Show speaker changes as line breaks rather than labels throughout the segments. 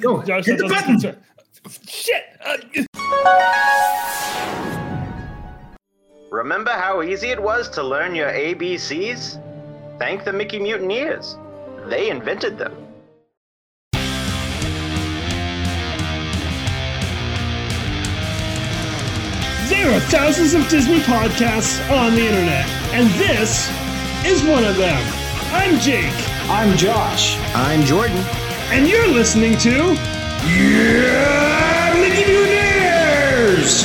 Go.
Josh,
Hit the
Josh,
button.
Josh, Josh. Shit. Uh,
Remember how easy it was to learn your ABCs? Thank the Mickey Mutineers. They invented them.
There are thousands of Disney podcasts on the internet, and this is one of them. I'm Jake,
I'm Josh.
I'm Jordan.
and you're listening to.
Yeah, Mickey Mutineers!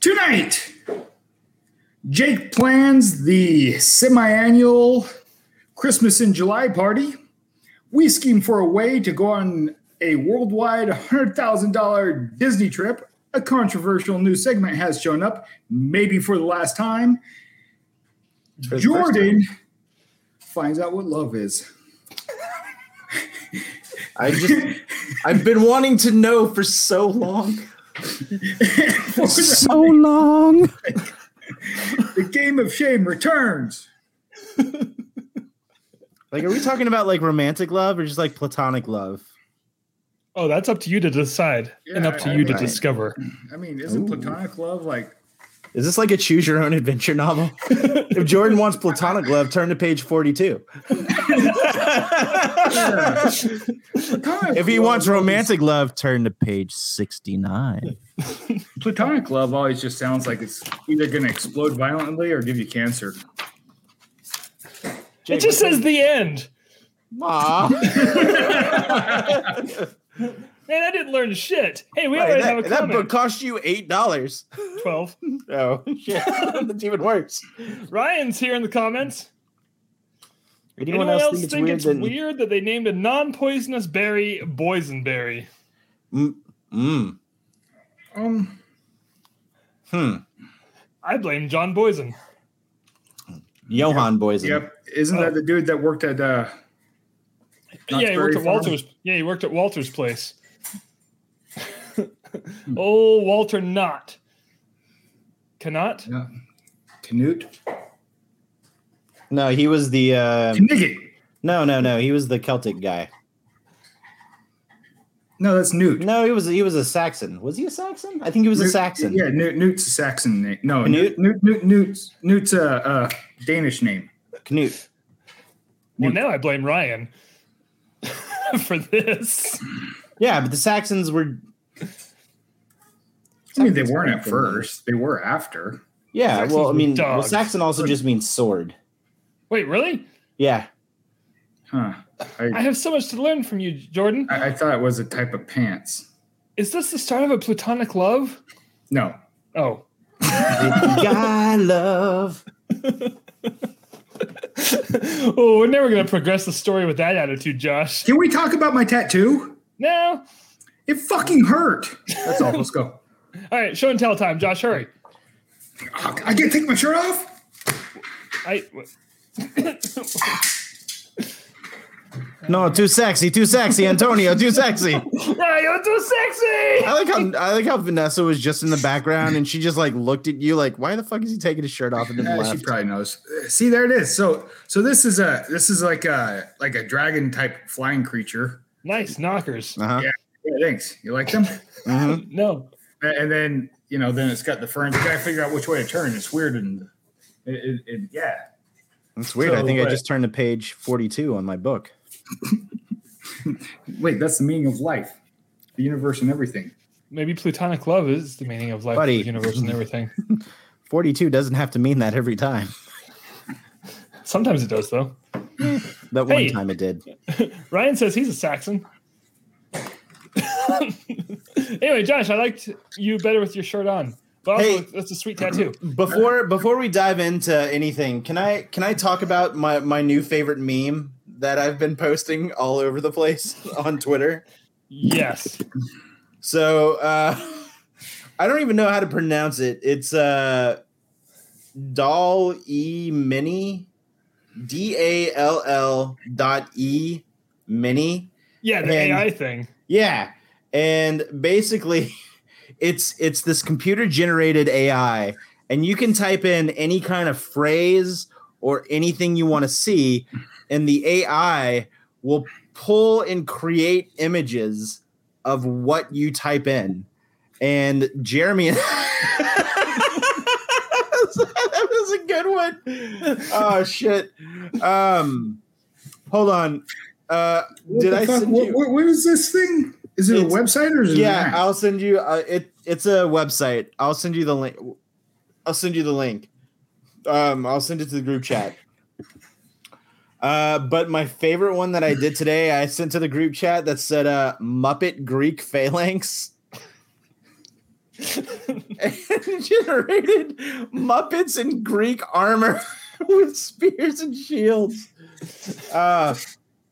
Tonight, Jake plans the semi-annual Christmas in July party. We scheme for a way to go on a worldwide $100,000 Disney trip. A controversial new segment has shown up, maybe for the last time. Jordan finds out what love is.
I just I've been wanting to know for so long.
the
long.
game of shame returns.
Like are we talking about like romantic love or just like platonic love?
Oh, that's up to you to decide, and
Yeah,
up to you to
alright.
discover.
I mean, isn't platonic love like
Is this like a choose your own adventure novel? if Jordan wants platonic love, turn to page 42.
platonic
If he
love
wants
always-
romantic love, turn to page 69.
platonic love always just sounds like it's either going to explode violently or give you cancer.
It just says the end.
Aw.
Man, I didn't learn shit. Hey, we already have
that,
a
that book
comment.
cost you eight dollars.
Twelve.
Oh shit. That's even worse.
Ryan's here in the comments.
Anyone,
Anyone, else
think it's
think
weird?
it's,
than-
weird that they named a non-poisonous berry boysenberry?
Mm, mm,
Um,
hmm.
I blame John Boysen.
Johan boys.
yep. Isn't that the dude that worked at uh, Knott's
uh, yeah, he
Berry
worked at
Farm?
Walter's. Yeah, he worked at Walter's place. oh, Walter Knott. Cannot.
Yeah. Canute?
No, he was the uh,
Knigget.
no, no, no. He was the Celtic guy.
No, that's Newt.
No, he was he was a Saxon. Was he a Saxon? I think he was a
Newt-
Saxon.
Yeah, Newt, Newt's a Saxon name. No, Newt, Newt,
Knut?
Newt, Newt's, Newt's a uh, Danish name.
Knut.
Well, now I blame Ryan for this.
Yeah, but the Saxons were
I mean, they weren't at first. They were after.
yeah.
Saxons
well, I
were
mean, well,
dogs.
Saxon also just means sword.
Wait, really?
Yeah.
Huh.
I have so much to learn from you, Jordan.
I, I thought it was a type of pants.
Is this the start of a platonic love?
No.
Oh,
guy love.
oh, we're never going to progress the story with that attitude, Josh.
Can we talk about my tattoo?
No.
It fucking hurt. That's all. Let's go.
All right, show and tell time, Josh. Hurry.
Ah, I can't take my shirt off.
I.
No, too sexy, too sexy, Antonio, too sexy.
No, you're too sexy.
I like how I like how Vanessa was just in the background and she just like looked at you like, why the fuck is he taking his shirt off and then
Yeah, Eh, she
left?
probably knows. Uh, See, there it is. So, so this is a this is like a like a dragon type flying creature.
Nice knockers.
Uh-huh.
Yeah. Yeah, thanks. You like them?
Mhm.
No.
A- and then you know, then it's got the ferns. You gotta figure out which way to turn. It's weird and it, it, it- yeah.
That's weird. I
So, uh,
think
but-
I just turned to page 42 on my book.
Wait, that's the meaning of life, the universe, and everything.
Maybe platonic love is the meaning of life,
Buddy.
the universe, and everything.
42 doesn't have to mean that every time.
Sometimes it does, though.
That one
Hey.
time it did.
Ryan says he's a Saxon. anyway, Josh, I liked you better with your shirt on. But also,
Hey.
that's a sweet tattoo.
Before before we dive into anything, can I can I talk about my my new favorite meme that I've been posting all over the place on Twitter?
Yes.
So uh, I don't even know how to pronounce it. It's uh, doll e mini, d a l l dot e mini.
Yeah, the
And-
AI thing.
Yeah. And basically it's it's this computer generated AI and you can type in any kind of phrase or anything you want to see, and the AI will pull and create images of what you type in. And Jeremy, that was a good one. Oh shit. Um, hold on. Uh,
What
did
the
I
fuck?
send
What-
you?
what- what is this thing? Is it a
It's-
website or is it? an
yeah
app?
i'll send you uh, it it's a website i'll send you the link i'll send you the link um i'll send it to the group chat uh but my favorite one that i did today i sent to the group chat that said uh muppet greek phalanx and generated muppets in greek armor with spears and shields uh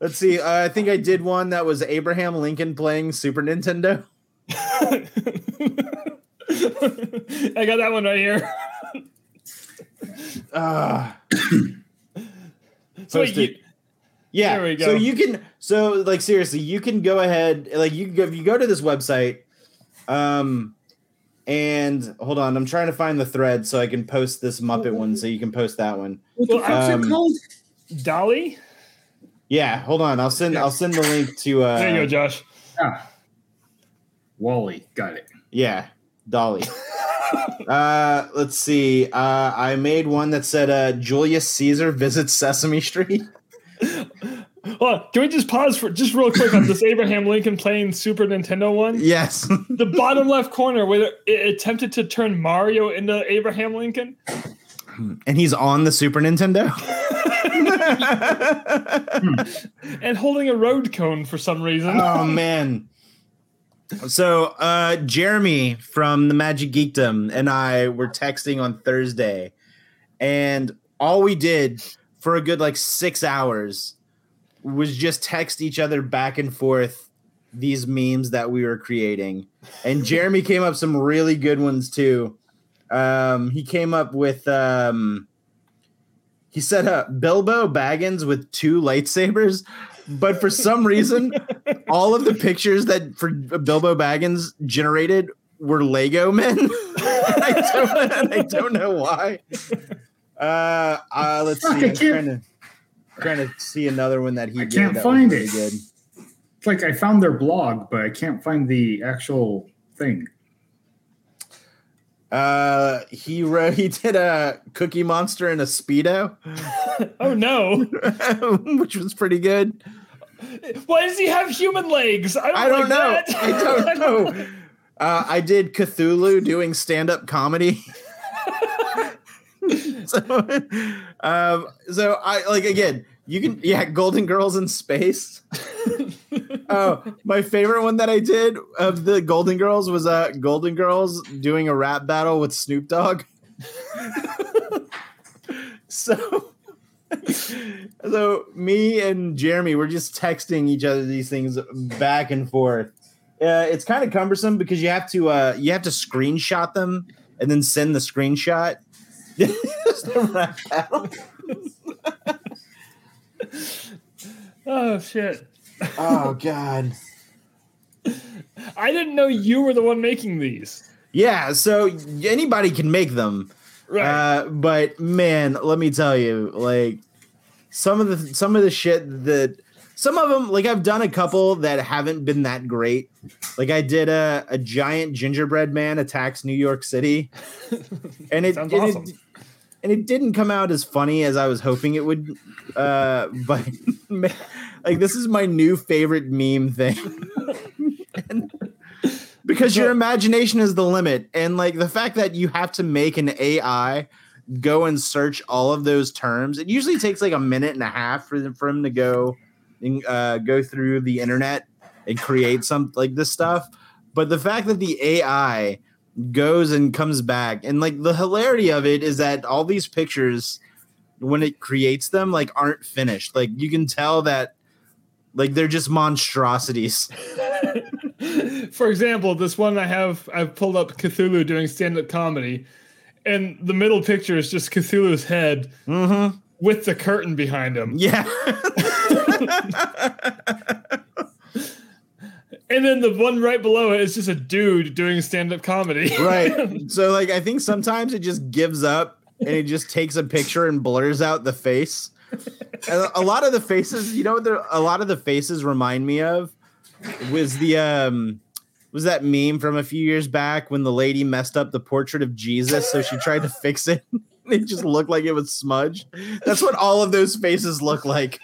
Let's see. Uh, I think I did one that was Abraham Lincoln playing Super Nintendo.
I got that one right here.
Ah,
So wait,
Posted.
you-
yeah.
There we go.
So you can. So like seriously, you can go ahead. Like you can go. If you go to this website, um, and hold on, I'm trying to find the thread so I can post this Muppet one. So you can post that one.
What the
Well,
fuck's it
um,
called?
Dolly.
Yeah. Hold on. I'll send. I'll send the link to. Uh,
There you go, Josh.
Wally. Got it.
Yeah, Dolly. uh, let's see. Uh, I made one that said uh, Julius Caesar visits Sesame Street.
Hold on. Can we just pause for just real quick on this Abraham Lincoln playing Super Nintendo one?
yes.
The bottom left corner where it attempted to turn Mario into Abraham Lincoln.
and he's on the Super Nintendo.
and holding a road cone for some reason.
oh man. So uh Jeremy from the Magic Geekdom and I were texting on Thursday and all we did for a good like 6 hours was just text each other back and forth these memes that we were creating. And Jeremy came up some really good ones too. Um he came up with um he set up Bilbo Baggins with two lightsabers, but for some reason, all of the pictures that for Bilbo Baggins generated were Lego men. And I, don't, and I don't know why. Uh, uh let's
Fuck,
see.
I
I'm trying
can't-
to trying to see another one that he
I
did
can't
that was
find
really
it.
Good.
It's like I found their blog, but I can't find the actual thing.
Uh, he wrote he did a Cookie Monster and a Speedo,
oh no.
which was pretty good.
Why does he have human legs? I don't,
I don't
like
know.
that.
I don't know. Uh, I did Cthulhu doing stand up comedy. so, um, so I like again. You can yeah, Golden Girls in space. oh, my favorite one that I did of the Golden Girls was uh, Golden Girls doing a rap battle with Snoop Dogg. so so me and Jeremy were just texting each other these things back and forth. Uh, it's kind of cumbersome because you have to uh, you have to screenshot them and then send the screenshot. Just a rap battle.
Oh shit.
oh god.
I didn't know you were the one making these.
Yeah, so anybody can make them.
Right.
Uh, but man, let me tell you, like some of the some of the shit that some of them, like I've done a couple that haven't been that great. Like I did a, a giant gingerbread man attacks New York City, and it
Sounds
and
awesome.
it, and it didn't come out as funny as I was hoping it would. Uh, but man, like this is my new favorite meme thing. And- because your imagination is the limit and like the fact that you have to make an ai go and search all of those terms it usually takes like a minute and a half for them for him to go and uh, go through the internet and create some like this stuff but the fact that the ai goes and comes back and like the hilarity of it is that all these pictures when it creates them like aren't finished like you can tell that like they're just monstrosities
For example, this one I have I've pulled up Cthulhu doing stand-up comedy, and the middle picture is just Cthulhu's head
mm-hmm
with the curtain behind him.
Yeah.
And then the one right below it is just a dude doing stand-up comedy.
right. So like I think sometimes it just gives up and he just takes a picture and blurs out the face. And a lot of the faces, you know, what the, a lot of the faces remind me of was the um was that meme from a few years back when the lady messed up the portrait of Jesus, so she tried to fix it. and It just looked like it was smudged. That's what all of those faces look like.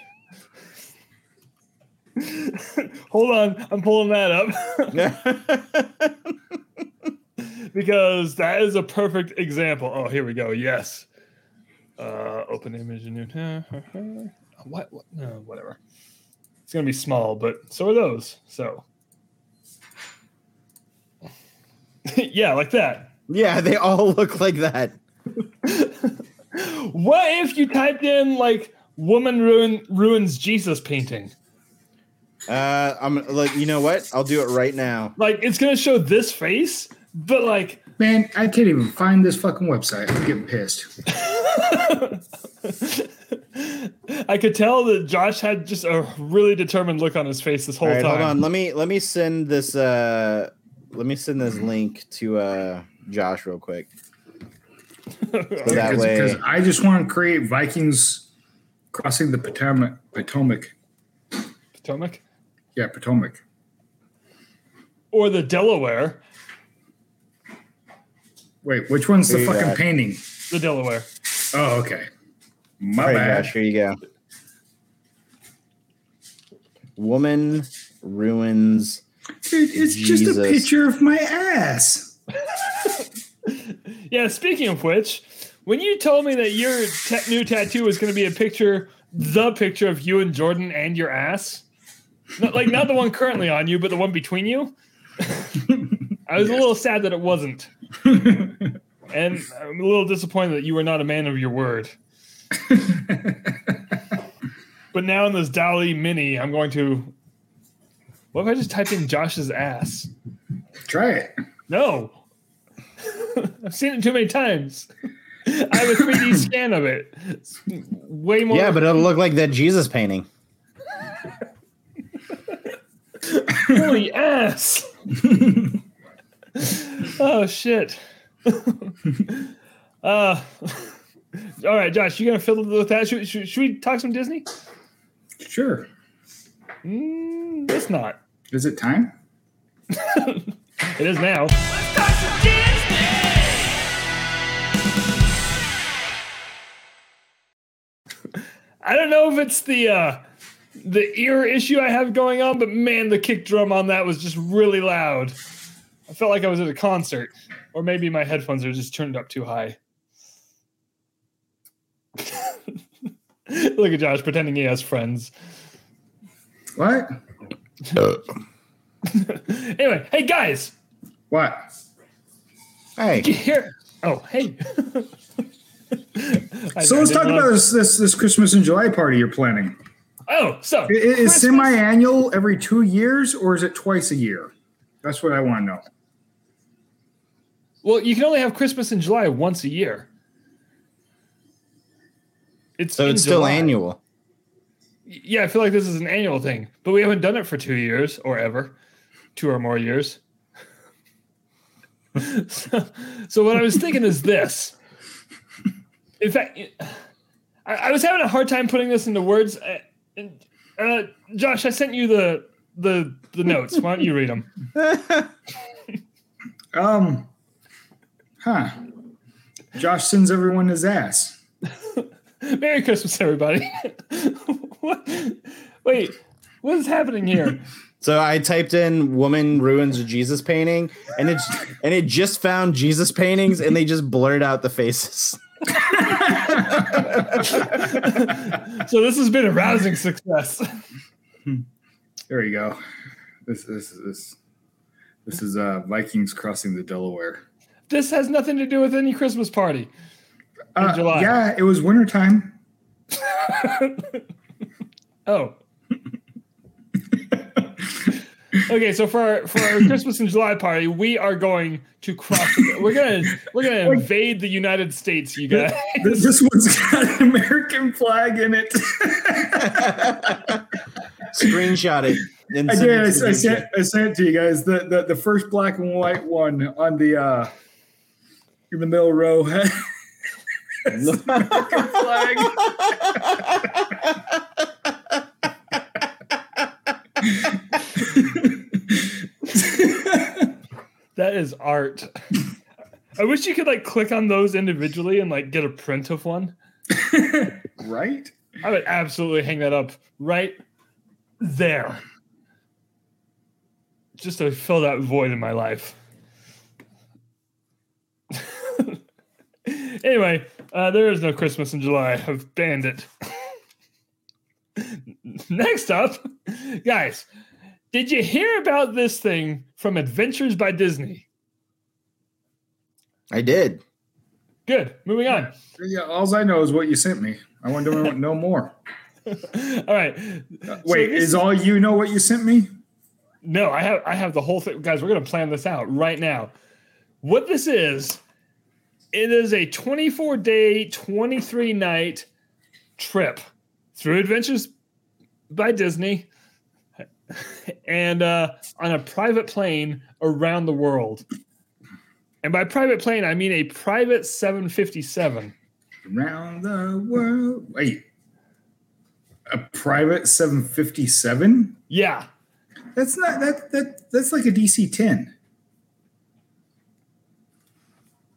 Hold on, I'm pulling that up because that is a perfect example. Oh, here we go. Yes. Uh, open image and new. What? what no, whatever. It's gonna be small, but so are those. So. yeah, like that.
yeah, they all look like that.
What if you typed in like "woman ruin ruins Jesus" painting?
Uh, I'm like, you know what? I'll do it right now.
Like it's gonna show this face, but like
Man, I can't even find this fucking website. I'm getting pissed.
I could tell that Josh had just a really determined look on his face this whole
All right,
time.
hold on. Let me let me send this. Uh, let me send this link to uh Josh real quick. So that
Because
way,
I just want to create Vikings crossing the Potomac. Potomac.
Potomac
Yeah, Potomac.
or the Delaware,
Wait, which one's the
Here you
fucking
got it.
painting?
the Delaware.
Oh, okay. My
all right,
bad.
Josh, here you go. Woman ruins.
Dude, it's just a
Jesus.
picture of my ass.
Yeah. Speaking of which, when you told me that your ta- new tattoo was going to be a picture, the picture of you and Jordan and your ass, not, like not the one currently on you, but the one between you, I was a little sad that it wasn't, and I'm a little disappointed that you were not a man of your word. But now in this Dolly Mini, I'm going to. What if I just type in Josh's ass?
Try it.
No. I've seen it too many times. I have a 3D scan of it. It's way more.
Yeah, but it'll look like that Jesus painting.
holy ass. oh shit. uh, all right, Josh, you gonna fill it with that? Should, should, should we talk some Disney?
Sure.
Mm, it's not.
Is it time?
It is now. I don't know if it's the uh, the ear issue I have going on, but man, the kick drum on that was just really loud. I felt like I was at a concert, or maybe my headphones are just turned up too high. Look at Josh pretending he has friends.
What?
Anyway, hey guys,
What?
Hey,
here. Oh, hey. I- I
So let's
didn't
talk
love-
about this, this this Christmas and July party you're planning.
Oh, so
I- i- Is
Christmas-
semi-annual every two years, or is it twice a year? That's what I want to know.
Well, you can only have Christmas in July once a year. It's
so
in
it's still
July.
annual.
Yeah, I feel like this is an annual thing, but we haven't done it for two years or ever, two or more years. so, so what I was thinking is this. In fact, I, I was having a hard time putting this into words. Uh, and, uh, Josh, I sent you the the the notes. Why don't you read them?
Um, huh? Josh sends everyone his ass.
Merry Christmas, everybody. what? Wait, what is happening here?
So I typed in "woman ruins a Jesus painting" and it's and it just found Jesus paintings and they just blurred out the faces.
so this has been a rousing success.
There you go. This this this this is uh, Vikings crossing the Delaware.
this has nothing to do with any Christmas party.
Uh,
July.
Yeah, it was wintertime.
Oh. okay, so for our, for our Christmas in July party, we are going to cross. We're gonna we're gonna invade the United States, you guys.
This, this one's got an American flag in it.
Screenshot it. And
I
send it
did. I,
to
I
me.
sent I sent it to you guys the, the the first black and white one on the uh in the middle row. flag.
That is art. I wish you could like click on those individually and like get a print of one.
right?
I would absolutely hang that up right there. Just to fill that void in my life. anyway, uh, there is no Christmas in July. I've banned it. Next up, guys, did you hear about this thing from Adventures by Disney?
I did.
Good. Moving on.
Yeah, all I know is what you sent me. I want to know more.
All right.
Uh,
Wait,
this-
is all you know what you sent me?
No, I have I have the whole thing. Guys, we're gonna plan this out right now. What this is, it is a 24 day, 23 night trip through Adventures by Disney and uh, on a private plane around the world. And by private plane, I mean a private 757.
Around the world. Wait. A private 757?
Yeah,
That's not that that that's like a DC 10.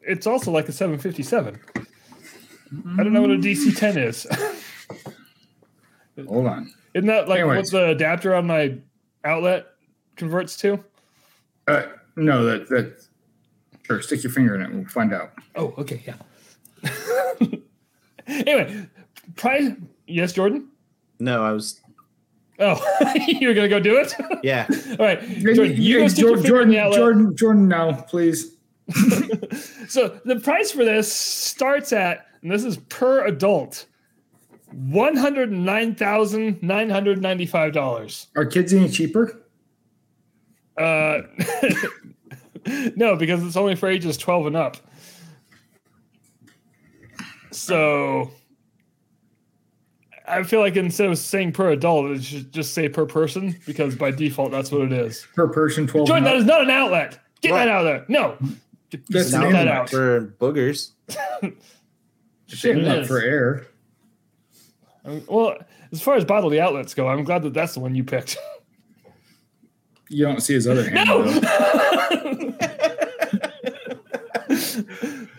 it's also like a 757. I don't know what a DC 10 is.
Hold on.
Isn't that like
Anyways.
what the adapter on my outlet converts to?
Uh no, that that sure stick your finger in it. We'll find out.
Oh, okay, yeah. anyway, price. Yes, Jordan.
No, I was.
Oh, you're gonna go do it.
Yeah.
All right, Jordan. You go
Hey,
stick your finger
Jor-
in
Jordan,
the outlet.
Jordan, Jordan, now, please.
So the price for this starts at, and this is per adult, one hundred nine thousand nine hundred ninety-five dollars.
Are kids any cheaper?
Uh, no, because it's only for ages 12 and up. So I feel like instead of saying per adult, it should just say per person because by default, that's what it is.
Per person, 12.
Jordan,
and
that
up?
is not an outlet. Get
Right.
that out of there. No.
That's
Knock
an
that
internet.
out.
For boogers.
Shit, it
Not
is.
for air.
Um, Well, as far as bodily outlets go, I'm glad that that's the one you picked.
You don't see his other hand.
No!
though.
so,
I'm-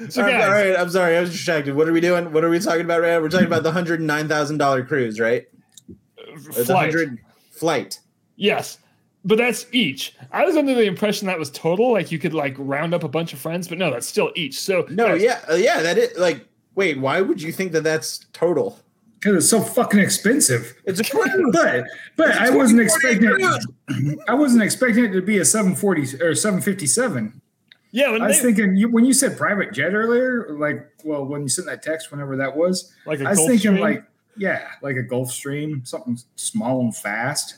all
guys,
right, I'm sorry. I was distracted. What are we doing? What are we talking about right now? We're talking about the hundred nine thousand dollar cruise, right? Or the
flight.
$100 flight.
Yes, but that's each. I was under the impression that was total, like you could like round up a bunch of friends, but no, that's still each. So
No,
guys,
yeah, uh, yeah. That is like. Wait, why would you think that that's total?
Because it's so fucking expensive.
It's a cruise.
But but I wasn't expecting it. I wasn't expecting it to be a 740 or 757.
yeah. When
I was
they-
thinking you, when you said private jet earlier, like well, when you sent that text, whenever that was,
like a
I was
Gulf
thinking
Stream.
like yeah, like a Gulf Stream, something small and fast,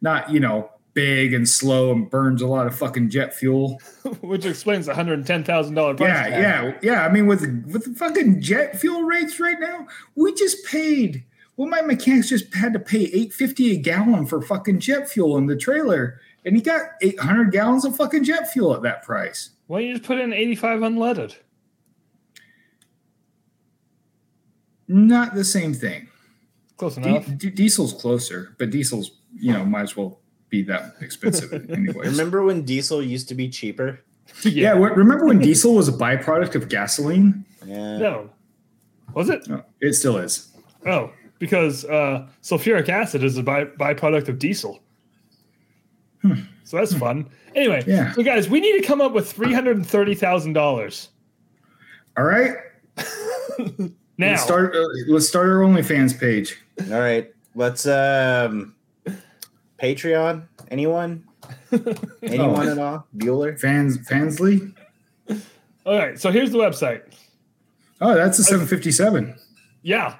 not you know big and slow and burns a lot of fucking jet fuel.
which explains the hundred and ten thousand dollar price.
Yeah,
tag.
yeah, yeah. I mean, with with the fucking jet fuel rates right now, we just paid. Well, my mechanics just had to pay eight fifty a gallon for fucking jet fuel in the trailer, and he got eight hundred gallons of fucking jet fuel at that price.
Why don't you just put in eighty five unleaded?
Not the same thing.
Close
D-
enough.
d- diesel's closer, but diesel's you know might as well be that expensive anyway.
Remember when diesel used to be cheaper?
Yeah, wh- remember when diesel was a byproduct of gasoline?
Yeah.
No. Was it?
No, it still is.
Oh, because uh, sulfuric acid is a by- byproduct of diesel. So that's fun. Anyway,
Hmm. Yeah.
so guys, we need to come up with three hundred and thirty thousand dollars
All right,
now.
let's start. Uh, let's start our OnlyFans page.
All right. Let's um Patreon. Anyone? Anyone
Oh.
at all? Bueller?
Fans, Fansley.
All right, so here's the website.
Oh, that's a 757.
Yeah.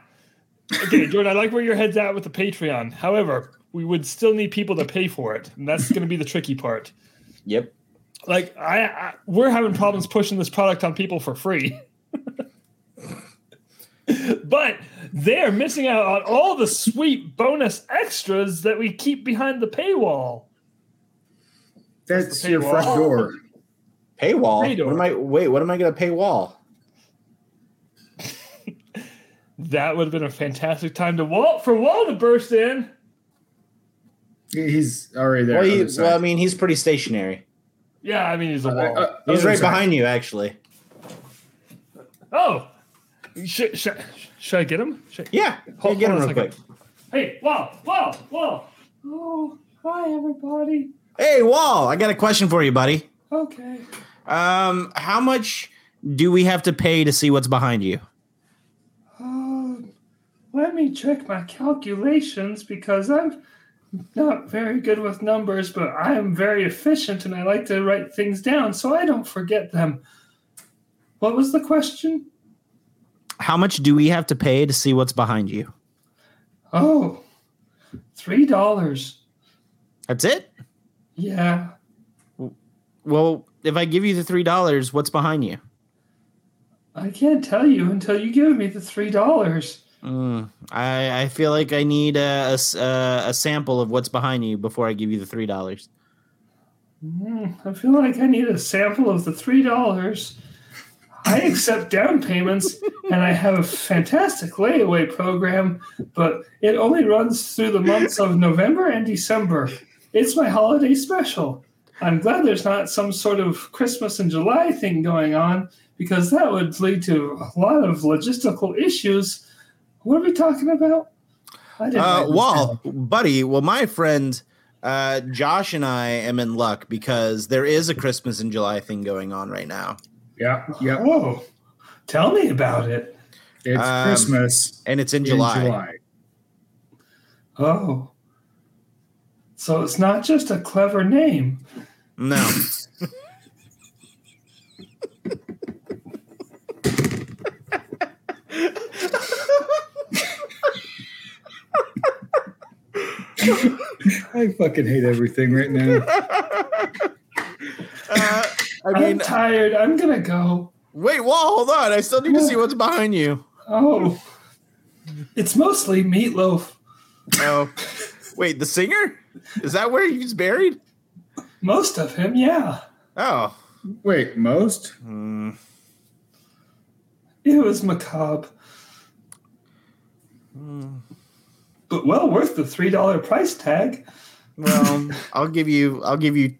Okay, Jordan, I like where your head's at with the Patreon. However, we would still need people to pay for it, and that's going to be the tricky part.
Yep.
Like, I, I we're having problems pushing this product on people for free. but they are missing out on all the sweet bonus extras that we keep behind the paywall.
That's
the
your
paywall.
front door.
Paywall.
Paydor.
What am I wait, what am I gonna paywall?
That would have been a fantastic time to Walt for Walt to burst in.
He's already there.
Well, he,
other side.
well, I mean, he's pretty stationary.
Yeah, I mean he's a
Uh,
Walt.
uh,
He's
other
right
side.
behind you, actually.
oh, should, should, should I get him? Should,
Yeah,
Hold-
get him
hold
real
on a
quick.
Hey, Walt, Walt, Walt. Oh, hi everybody.
Hey, Wall, I got a question for you, buddy.
Okay.
Um, how much do we have to pay to see what's behind you?
Um, let me check my calculations because I'm not very good with numbers, but I am very efficient and I like to write things down so I don't forget them. What was the question?
How much do we have to pay to see what's behind you?
Oh, three dollars.
That's it.
Yeah.
Well, if I give you the three dollars, what's behind you?
I can't tell you until you give me the three dollars. Hmm.
Mm, I, I feel like I need a, a s- a- a sample of what's behind you before I give you the three dollars.
Hmm, I feel like I need a sample of the three dollars. I accept down payments and I have a fantastic layaway program, but it only runs through the months of November and December. It's my holiday special. I'm glad there's not some sort of Christmas and July thing going on because that would lead to a lot of logistical issues. What are we talking about? I didn't
Uh,
write this
Wall,
down.
buddy. Well, my friend uh, Josh and I am in luck because there is a Christmas in July thing going on right now.
Yeah, yeah.
Whoa. Tell me about it.
It's
Um,
Christmas
and it's in
in
July.
July.
Oh. So it's not just a clever name.
No.
I fucking hate everything right now.
Uh, I
I am
mean,
tired. I'm going to go.
wait, Wall, hold on. I still need to see what's behind you.
Oh. It's mostly meatloaf.
Oh, wait, the singer? Is that where he's buried?
Most of him, yeah.
Oh,
Wait, most?
Hmm.
It was macabre.
Hmm.
But well worth the $3 price tag.
well, I'll give you, I'll give you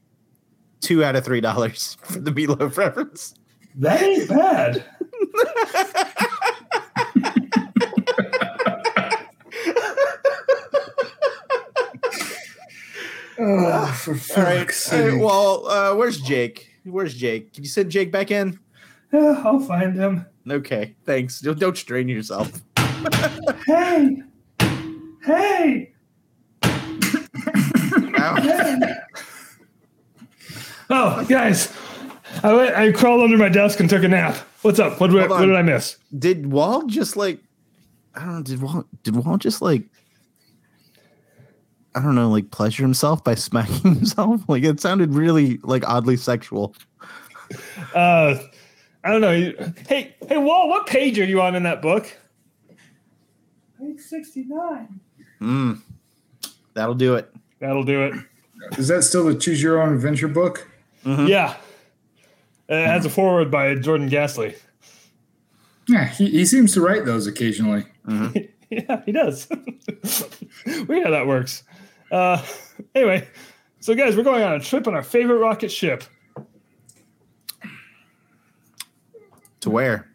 two out of three dollars for the meatloaf reference.
That ain't bad.
Oh, for
All right,
fuck's
all right,
sake.
Wall, uh, where's Jake? Where's Jake? Can you send Jake back in?
Yeah, I'll find him.
Okay, thanks. Don't, don't strain yourself.
Hey. Hey.
Ow.
Oh, guys. I, went, I crawled under my desk and took a nap. What's up? What,
Hold
what
on.
did I miss?
Did Wall just like I don't know, did Wall did Wall just like I don't know, like pleasure himself by smacking himself? Like it sounded really like oddly sexual.
uh, I don't know. You- Hey, hey, Walt, what page are you on in that book? Page sixty-nine.
Mm. That'll do it.
That'll do it.
Is that still the Choose Your Own Adventure book?
Uh-huh.
Yeah, Uh, it has a forward by Jordan Gasly.
Yeah, he, he seems to write those occasionally.
Yeah, he does. Weird how that works. Uh, anyway, so guys, we're going on a trip on our favorite rocket ship.
To where?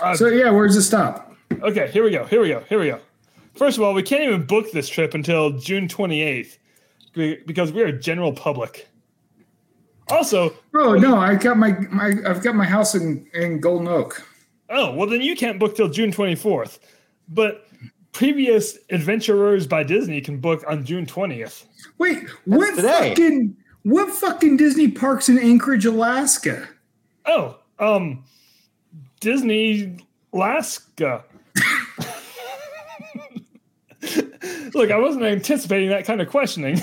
Uh,
So, yeah, where's the stop?
Okay, here we go. Here we go. Here we go. First of all, we can't even book this trip until June twenty-eighth because we are general public. Also,
Oh no, I got my, my I've got my house in, in Golden Oak.
Oh, well, then you can't book till June 24th. But previous adventurers by Disney can book on June 20th.
Wait, what
today.
fucking what fucking Disney parks in Anchorage, Alaska?
Oh, um, Disney Alaska. Look, I wasn't anticipating that kind of questioning.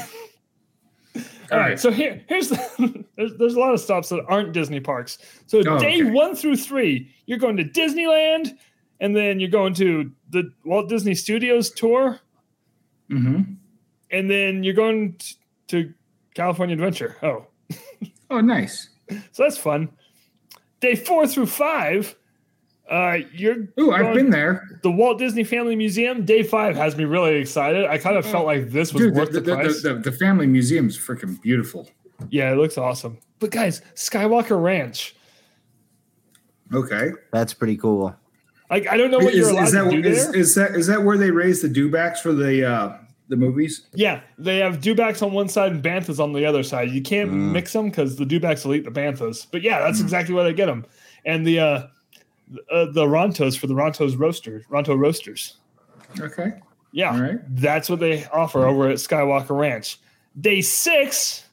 All right, so here, here's the, there's, there's a lot of stops that aren't Disney parks. So
Oh,
day
okay.
one through three, you're going to Disneyland, and then you're going to the Walt Disney Studios tour.
Mm-hmm.
and then you're going t- to California Adventure. Oh,
Oh, nice.
so that's fun. Day four through five, Uh, you're
Ooh, I've been there.
the Walt Disney Family Museum. Day five has me really excited. I kind of felt like this was
Mm. Dude, the,
worth
the,
the,
the,
price.
the, the family museum's freaking beautiful.
yeah, it looks awesome. But guys, Skywalker Ranch.
Okay.
That's pretty cool.
Like, I don't know what
Is,
you're allowed
is, that,
to do
is,
there.
is that is that where they raise the dewbacks for the uh, the movies?
yeah, they have dewbacks on one side and banthas on the other side. You can't mix them because the dewbacks will eat the banthas. But yeah, that's exactly where they get them. And the uh, uh, the rontos for the rontos roasters, ronto roasters.
Okay.
Yeah,
All right.
that's what they offer over at Skywalker Ranch. Day six,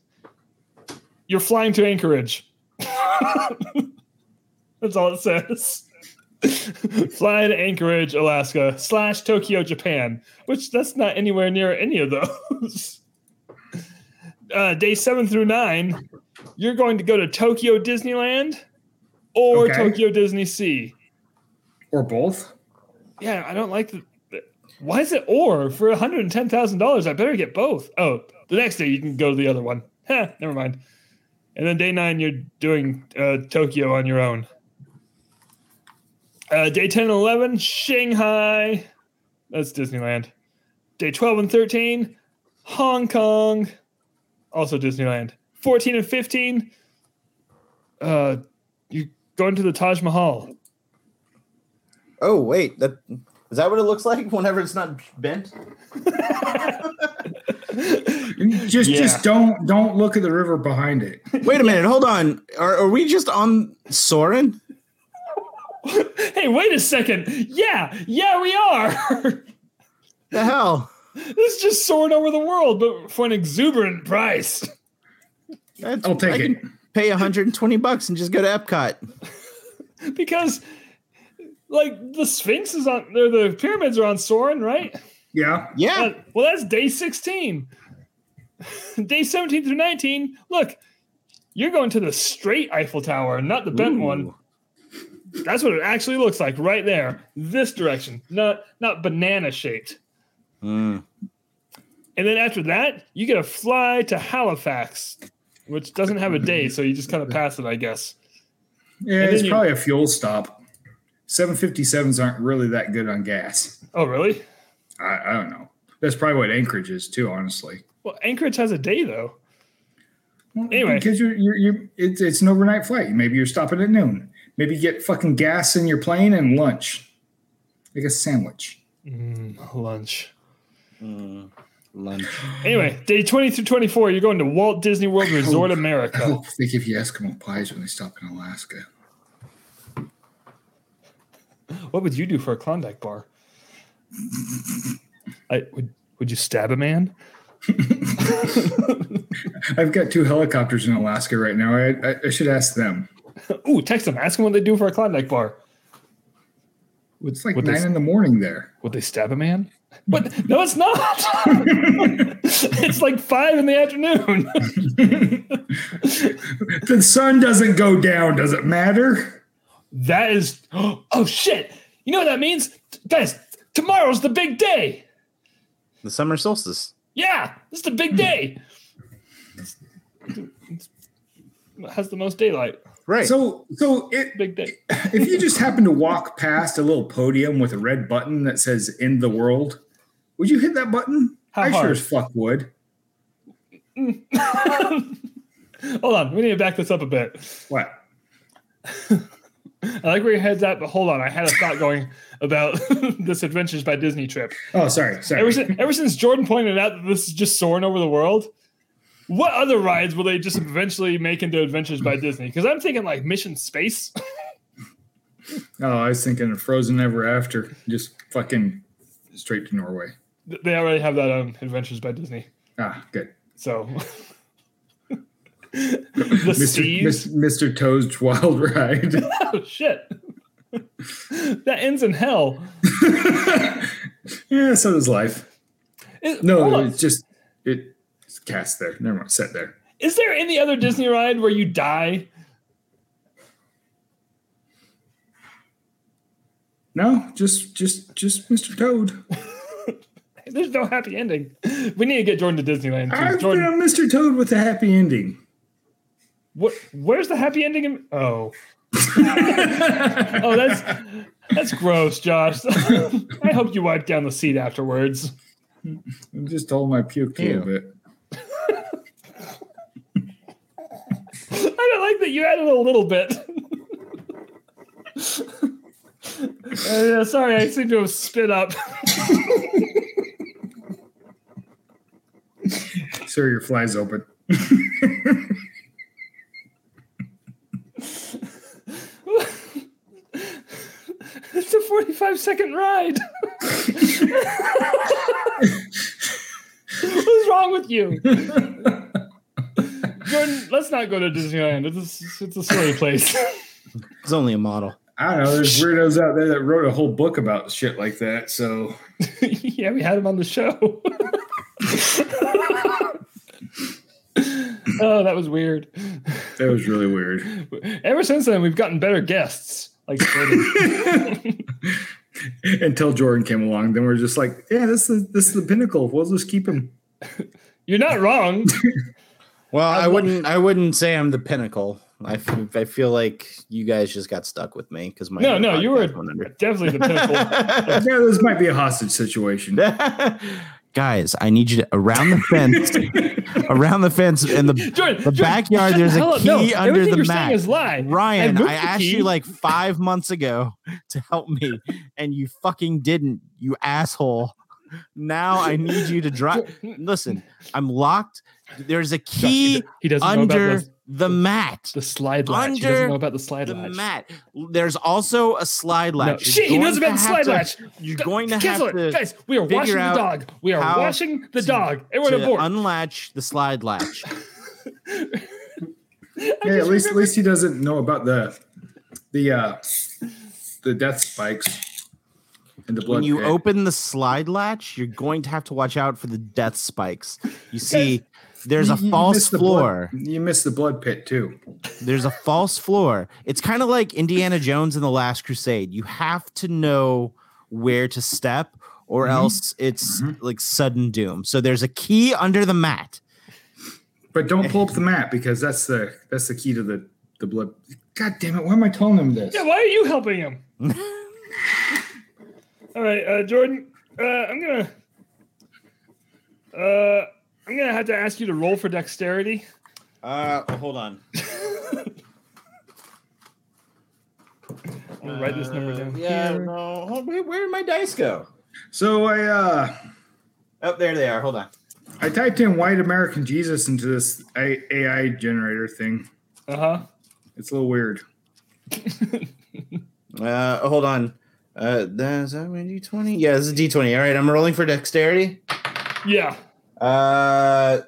you're flying to Anchorage. that's all it says. Fly to Anchorage, Alaska, slash Tokyo, Japan, which that's not anywhere near any of those. Uh, day seven through nine, you're going to go to Tokyo Disneyland or
Okay.
Tokyo Disney Sea.
Or both.
Yeah, I don't like the. the- Why is it or for one hundred and ten thousand dollars? I better get both. Oh, the next day you can go to the other one. Huh, never mind. And then day nine, you're doing uh, Tokyo on your own. Uh, day ten and eleven, Shanghai. That's Disneyland. Day twelve and thirteen, Hong Kong. Also Disneyland. Fourteen and fifteen, uh, you're going to the Taj Mahal.
Oh wait, that is that what it looks like whenever it's not bent?
Just
Yeah.
just don't don't look at the river behind it.
Wait a minute. Hold on. Are, are we just on Soren?
Hey, wait a second. Yeah, yeah, we are.
The hell?
this is just soaring over the world, but for an exuberant price.
That's-
I'll take
I
it.
can Pay 120 bucks and just go to Epcot.
Because, like, the Sphinx is on, or the pyramids are on Soren, right?
Yeah.
Yeah.
Uh, well, that's day 16. day 17 through 19, look, you're going to the straight Eiffel Tower, not the bent one.
Ooh.
That's what it actually looks like right there, this direction, not not banana shaped.
Mm.
And then after that, you get to fly to Halifax, which doesn't have a day, so you just kind of pass it, I guess.
Yeah,
And
it's
then you-
probably a fuel stop. 757s aren't really that good on gas.
Oh, really?
I, I don't know. That's probably what Anchorage is too, honestly.
Well, Anchorage has a day though.
Well,
Anyway.
because you're you're, you're it's, it's an overnight flight. Maybe you're stopping at noon. Maybe you get fucking gas in your plane and lunch, like a sandwich.
Mm, lunch.
Lunch.
Anyway, day twenty through twenty-four, you're going to Walt Disney World Resort
I
America.
hope they give you Eskimo pies when they stop in Alaska.
What would you do for a Klondike bar? I would. Would you stab a man?
I've got two helicopters in Alaska right now. I, I, I should ask them.
Ooh, text them. Ask them what they do for a Klondike bar.
It's like
Would they-
nine in the morning there.
Would they stab a man? What? No, it's not. it's like five in the afternoon.
The sun doesn't go down. Does it matter?
That is, oh shit! You know what that means, guys? Tomorrow's the big day.
The summer solstice.
Yeah, this is the big day. It has the most daylight.
Right.
So, so it,
Big day.
if you just happen to walk past a little podium with a red button that says "End the World," would you hit that button?
How
I
hard?
sure as fuck would.
Hold on, we need to back this up a bit.
What?
I like where your head's at, but hold on, I had a thought going about this Adventures by Disney trip.
Oh, sorry, sorry.
Ever since, ever since Jordan pointed out that this is just soaring over the world, what other rides will they just eventually make into Adventures by Disney? Because I'm thinking like Mission Space.
oh, I was thinking of Frozen Ever After. Just fucking straight to Norway.
they already have that on Adventures by Disney.
Ah, good.
So the
Mr.
Steves.
Mis- Mr. Toad's Wild Ride.
Oh shit. that ends in hell.
yeah, so does life.
Is, hold
No,
on.
it's just it it's cast there. Never mind, set there.
Is there any other Disney ride where you die?
No, just just just Mr. Toad.
There's no happy ending. We need to get Jordan to Disneyland. too.
I've
Jordan,
been on Mr. Toad with a happy ending.
what? Where's the happy ending? In, oh, oh, that's that's gross, Josh. I hope you wipe down the seat afterwards.
I'm just told my puke a little
Ew.
bit.
I don't like that you added a little bit. Uh, yeah, sorry, I seem to have spit up.
Sir, your fly's open.
it's a 45 second ride. What's wrong with you? Jordan, let's not go to Disneyland. It's a, it's a silly place.
It's only a model.
I don't know. There's weirdos out there that wrote a whole book about shit like that. So
yeah, we had him on the show. oh, that was weird.
that was really weird.
Ever since then, we've gotten better guests. Like Jordan.
Until Jordan came along, then we're just like, yeah, this is this is the pinnacle. We'll just keep him.
you're not wrong.
Well, I wouldn't. I wouldn't say I'm the pinnacle. I, f- I feel like you guys just got stuck with me because my
No, no, you were
podcast went under.
definitely the pinnacle.
Yeah, this might be a hostage situation.
Guys, I need you to around the fence, around the fence in the
Jordan,
the
Jordan,
backyard.
shut
There's
the hell
a
up. No,
key under
everything
the
you're saying
mat.
is lie.
Ryan,
moved
I
the
asked
key.
you like five months ago to help me, and you fucking didn't. You asshole. Now I need you to drive. Listen, I'm locked. There's a key
He doesn't know about
under
the,
the mat.
the slide latch. he
Under
doesn't know about the slide
The
latch.
mat. There's also a slide
No,
latch. You're
shit, he
going
knows
to
about the slide
have to-
latch.
You're
Go-
going to
cancel
have
it,
to
guys. We are
figure
washing the
out
dog. We are
how
washing the
to-
dog. Everyone
to
aboard.
unlatch the slide latch.
Yeah, at least at least he doesn't know about the the uh the death spikes and the blood.
when you
pit.
open the slide latch, you're going to have to watch out for the death spikes. You see, there's a
You- you
false
missed the blood-
floor.
you miss the blood pit too.
There's a false floor. It's kind of like Indiana Jones and the Last Crusade. You have to know where to step, or
Mm-hmm.
else it's like sudden doom. So there's a key under the mat.
But don't pull up the map because that's the that's the key to the the blood. God damn it! Why am I telling him this?
Yeah, why are you helping him? All right, uh, Jordan, uh, I'm gonna, uh, I'm gonna have to ask you to roll for dexterity.
Uh, hold on.
I'm gonna write this number down.
Uh, Yeah,
here.
no. Hold, wait, where did my dice go?
So I uh
Oh, there they are. Hold on.
I typed in white American Jesus into this A- AI generator thing.
Uh huh.
It's a little weird.
Uh, hold on. Uh, that, is that my d20? Yeah, this is d20. All right, I'm rolling for dexterity.
Yeah.
Uh,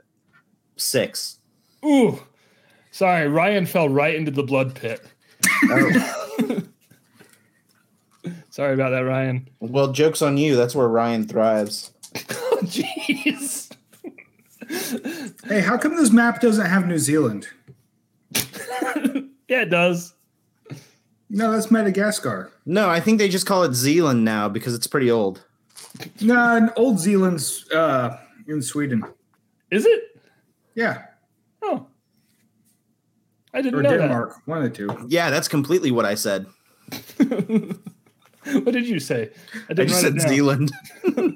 six.
Ooh. Sorry, Ryan fell right into the blood pit. Sorry about that, Ryan.
Well, joke's on you. That's where Ryan thrives.
Oh, jeez.
Hey, how come this map doesn't have New Zealand?
Yeah, it does.
No, that's Madagascar.
No, I think they just call it Zealand now because it's pretty old.
No, and old Zealand's uh in Sweden.
Is it?
Yeah,
Oh. I didn't
or
know
Denmark, one of the two.
Yeah, that's completely what I said.
that. What did you say? didn't
I just
write it
said
down.
Zealand.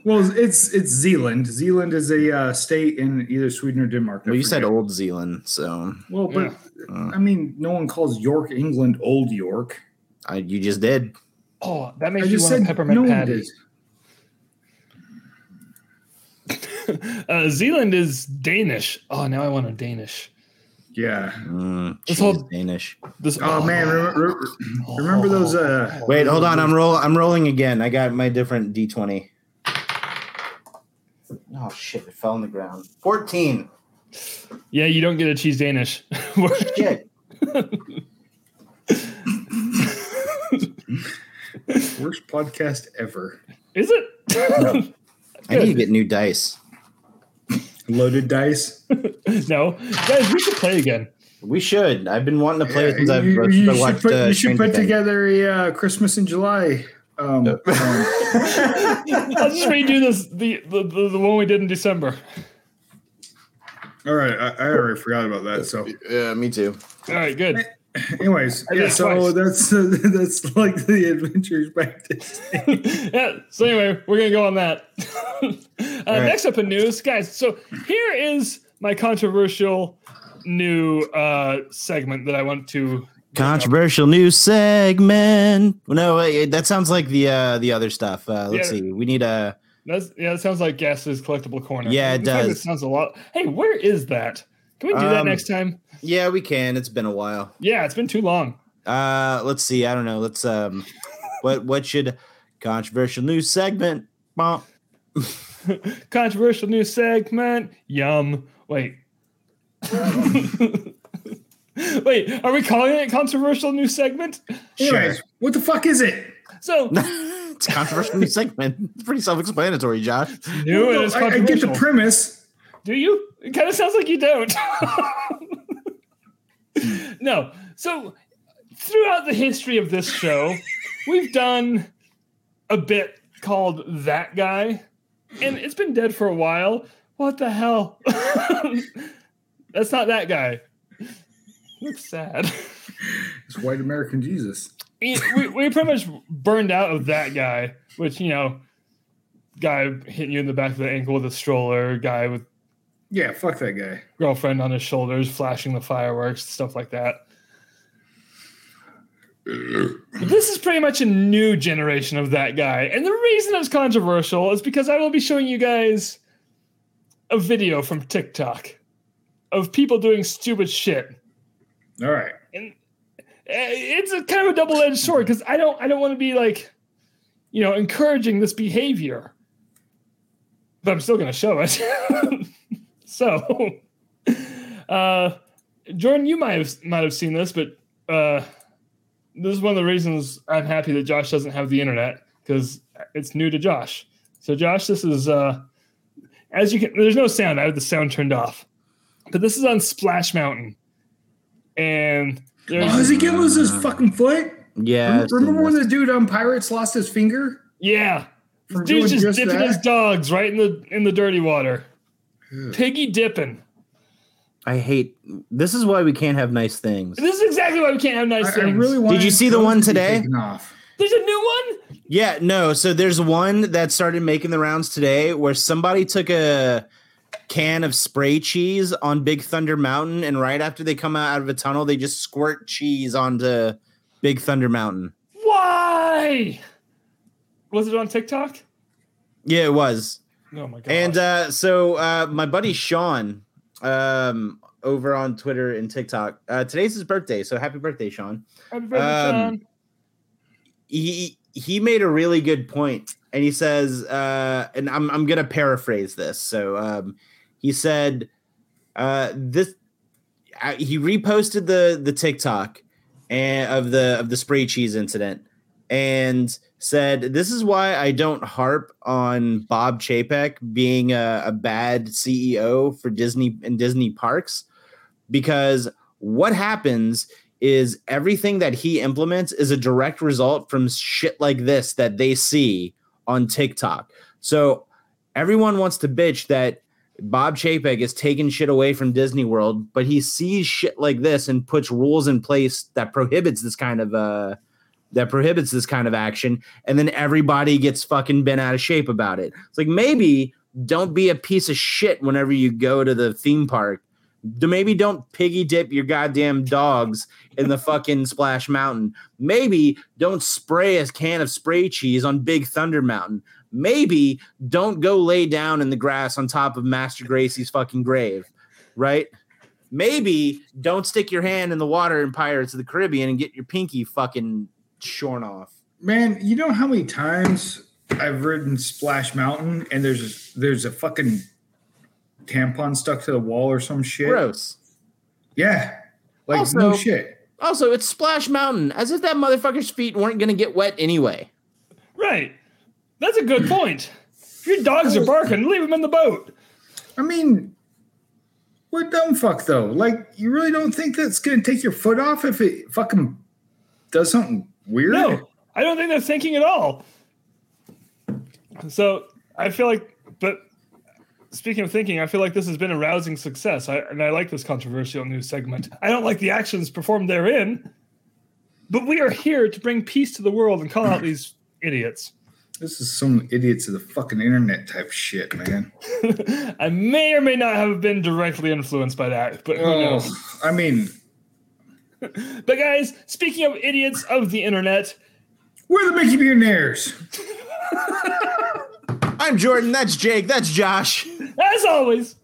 Well, it's it's Zealand. Zealand is a uh, state in either Sweden or Denmark. I
Well, you said
forget.
old Zealand, so
Well, but I mean, no one calls York, England, Old York.
I, you just did.
Oh, that
I
makes you
just
want a
said
peppermint
no one
patty.
did.
Uh, Zealand is Danish. Oh, now I want a Danish.
Yeah.
Mm,
It's
cheese
all-
Danish.
This, Oh,
Oh man, remember, remember those? Uh,
Wait, hold on. I'm roll. I'm rolling again. I got my different d20. Oh shit! It fell on the ground. Fourteen.
Yeah, you don't get a cheese Danish.
Shit.
worst podcast ever.
is it?
I need to get new dice.
Loaded dice.
no. Guys, we should play again.
We should. I've been wanting to play
Yeah,
since I've
you,
watched,
you
I
should
watched,
put,
uh,
you should
Stranger
put
Things.
together a uh, Christmas in July. Um, um,
Let's just redo this the, the, the, the one we did in December.
all right, I, I already forgot about that. So
Yeah, me too.
All right, good.
Anyways,
I did
yeah.
it
So
twice.
that's uh, that's like the adventures back to
yeah. So anyway, we're gonna go on that. uh,
right.
Next up in news, guys. So here is my controversial new uh, segment that I want to.
Controversial news segment. No, wait, that sounds like the uh the other stuff. Uh let's
Yeah.
see. We need a
That's yeah. That sounds like Gas's collectible corner.
Yeah, it
In fact,
does.
sounds a lot. Hey, where is that? Can we do that
Um,
next time?
Yeah, we can. It's been a while.
Yeah, it's been too long.
Uh let's see. I don't know. Let's um what what should controversial news segment Bonk.
Controversial news segment. Yum. Wait. Wait, are we calling it controversial news segment?
Anyways, what the fuck is it?
So
it's a controversial news segment. It's pretty self-explanatory, Josh.
new and it's
I, I get the
controversial.
premise.
Do you? It kind of sounds like you don't. no. So, throughout the history of this show, we've done a bit called That Guy, and it's been dead for a while. What the hell? That's not that guy. That's sad.
It's white American Jesus.
we, we pretty much burned out of that guy, which, you know, guy hitting you in the back of the ankle with a stroller, guy with
Yeah, fuck that guy.
girlfriend on his shoulders, flashing the fireworks, stuff like that. But this is pretty much a new generation of that guy. And the reason it's controversial is because I will be showing you guys a video from TikTok of people doing stupid shit.
All right.
Eh, It's a kind of a double-edged sword because I don't I don't want to be like, you know, encouraging this behavior. But I'm still gonna show it. so uh Jordan, you might have might have seen this, but uh this is one of the reasons I'm happy that Josh doesn't have the internet because it's new to Josh. So Josh, this is uh as you can there's no sound, I have the sound turned off. But this is on Splash Mountain. And there's
Oh, does he get lose his fucking foot?
Yeah. I've seen
Remember when
this.
the dude on Pirates lost his finger?
Yeah.
From
Dude's
doing
just,
just
dipping
that?
his dogs right in the in the dirty water.
Ew.
Piggy dipping.
I hate this is why we can't have nice things.
This is exactly why we can't have nice
I, I
things.
really wanted
you see the
those
one
to be
today?
taken Off.
There's a new one?
Yeah, no. So there's one that started making the rounds today where somebody took a can of spray cheese on Big Thunder Mountain, and right after they come out of a tunnel, they just squirt cheese onto Big Thunder Mountain.
Why? Was it on TikTok?
Yeah, it was.
Oh my god.
And uh, so uh, my buddy Sean um, over on Twitter and TikTok, uh, today's his birthday. So happy birthday, Sean.
Happy birthday,
um,
Sean.
he he made a really good point and he says uh and i'm i'm gonna paraphrase this so um he said uh this I, he reposted the the tiktok and of the of the spray cheese incident and said this is why i don't harp on bob chapek being a, a bad ceo for disney and disney parks because what happens is everything that he implements is a direct result from shit like this that they see on TikTok. So everyone wants to bitch that Bob Chapek is taking shit away from Disney World, but he sees shit like this and puts rules in place that prohibits this kind of uh that prohibits this kind of action, and then everybody gets fucking bent out of shape about it. It's like maybe don't be a piece of shit whenever you go to the theme park. D- Maybe don't piggy dip your goddamn dogs in the fucking Splash Mountain. Maybe don't spray a can of spray cheese on Big Thunder Mountain. Maybe don't go lay down in the grass on top of Master Gracie's fucking grave, right? Maybe don't stick your hand in the water in Pirates of the Caribbean and get your pinky fucking shorn off.
Man, you know how many times I've ridden Splash Mountain and there's there's a fucking tampon stuck to the wall or some shit.
Gross.
Yeah. Like
Also-
no shit.
Also, it's Splash Mountain, as if that motherfucker's feet weren't gonna get wet anyway.
Right. That's a good point. If your dogs are barking, leave them in the boat.
I mean, we're dumb fuck though. Like you really don't think that's gonna take your foot off if it fucking does something weird?
No, I don't think they're thinking at all. So I feel like, but speaking of thinking, I feel like this has been a rousing success, I, and I like this controversial news segment. I don't like the actions performed therein, but we are here to bring peace to the world and call out these idiots.
This is some idiots of the fucking internet type shit, man.
I may or may not have been directly influenced by that, but who knows?
Oh, I mean,
But guys, speaking of idiots of the internet,
we're the Mickey Millionaires.
I'm Jordan. That's Jake. That's Josh.
as always,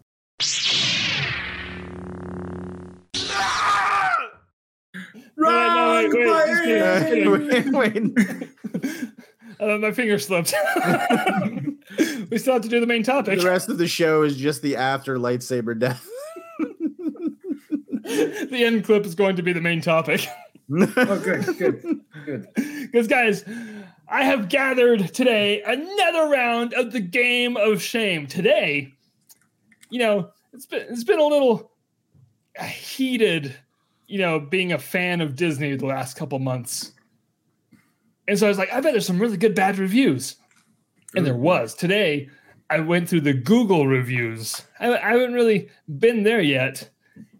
Run,
wait, wait,
my
just kidding, just
ears!
kidding.
Wait, wait.
uh, my finger slipped. we still have to do the main topic.
The rest of the show is just the after lightsaber death.
the end clip is going to be the main topic.
Oh, good, good, good.
Because, guys, I have gathered today another round of the game of shame. Today, you know, it's been it's been a little heated, you know, being a fan of Disney the last couple months. And so I was like, I bet there's some really good bad reviews. And there was. Today, I went through the Google reviews. I, I haven't really been there yet.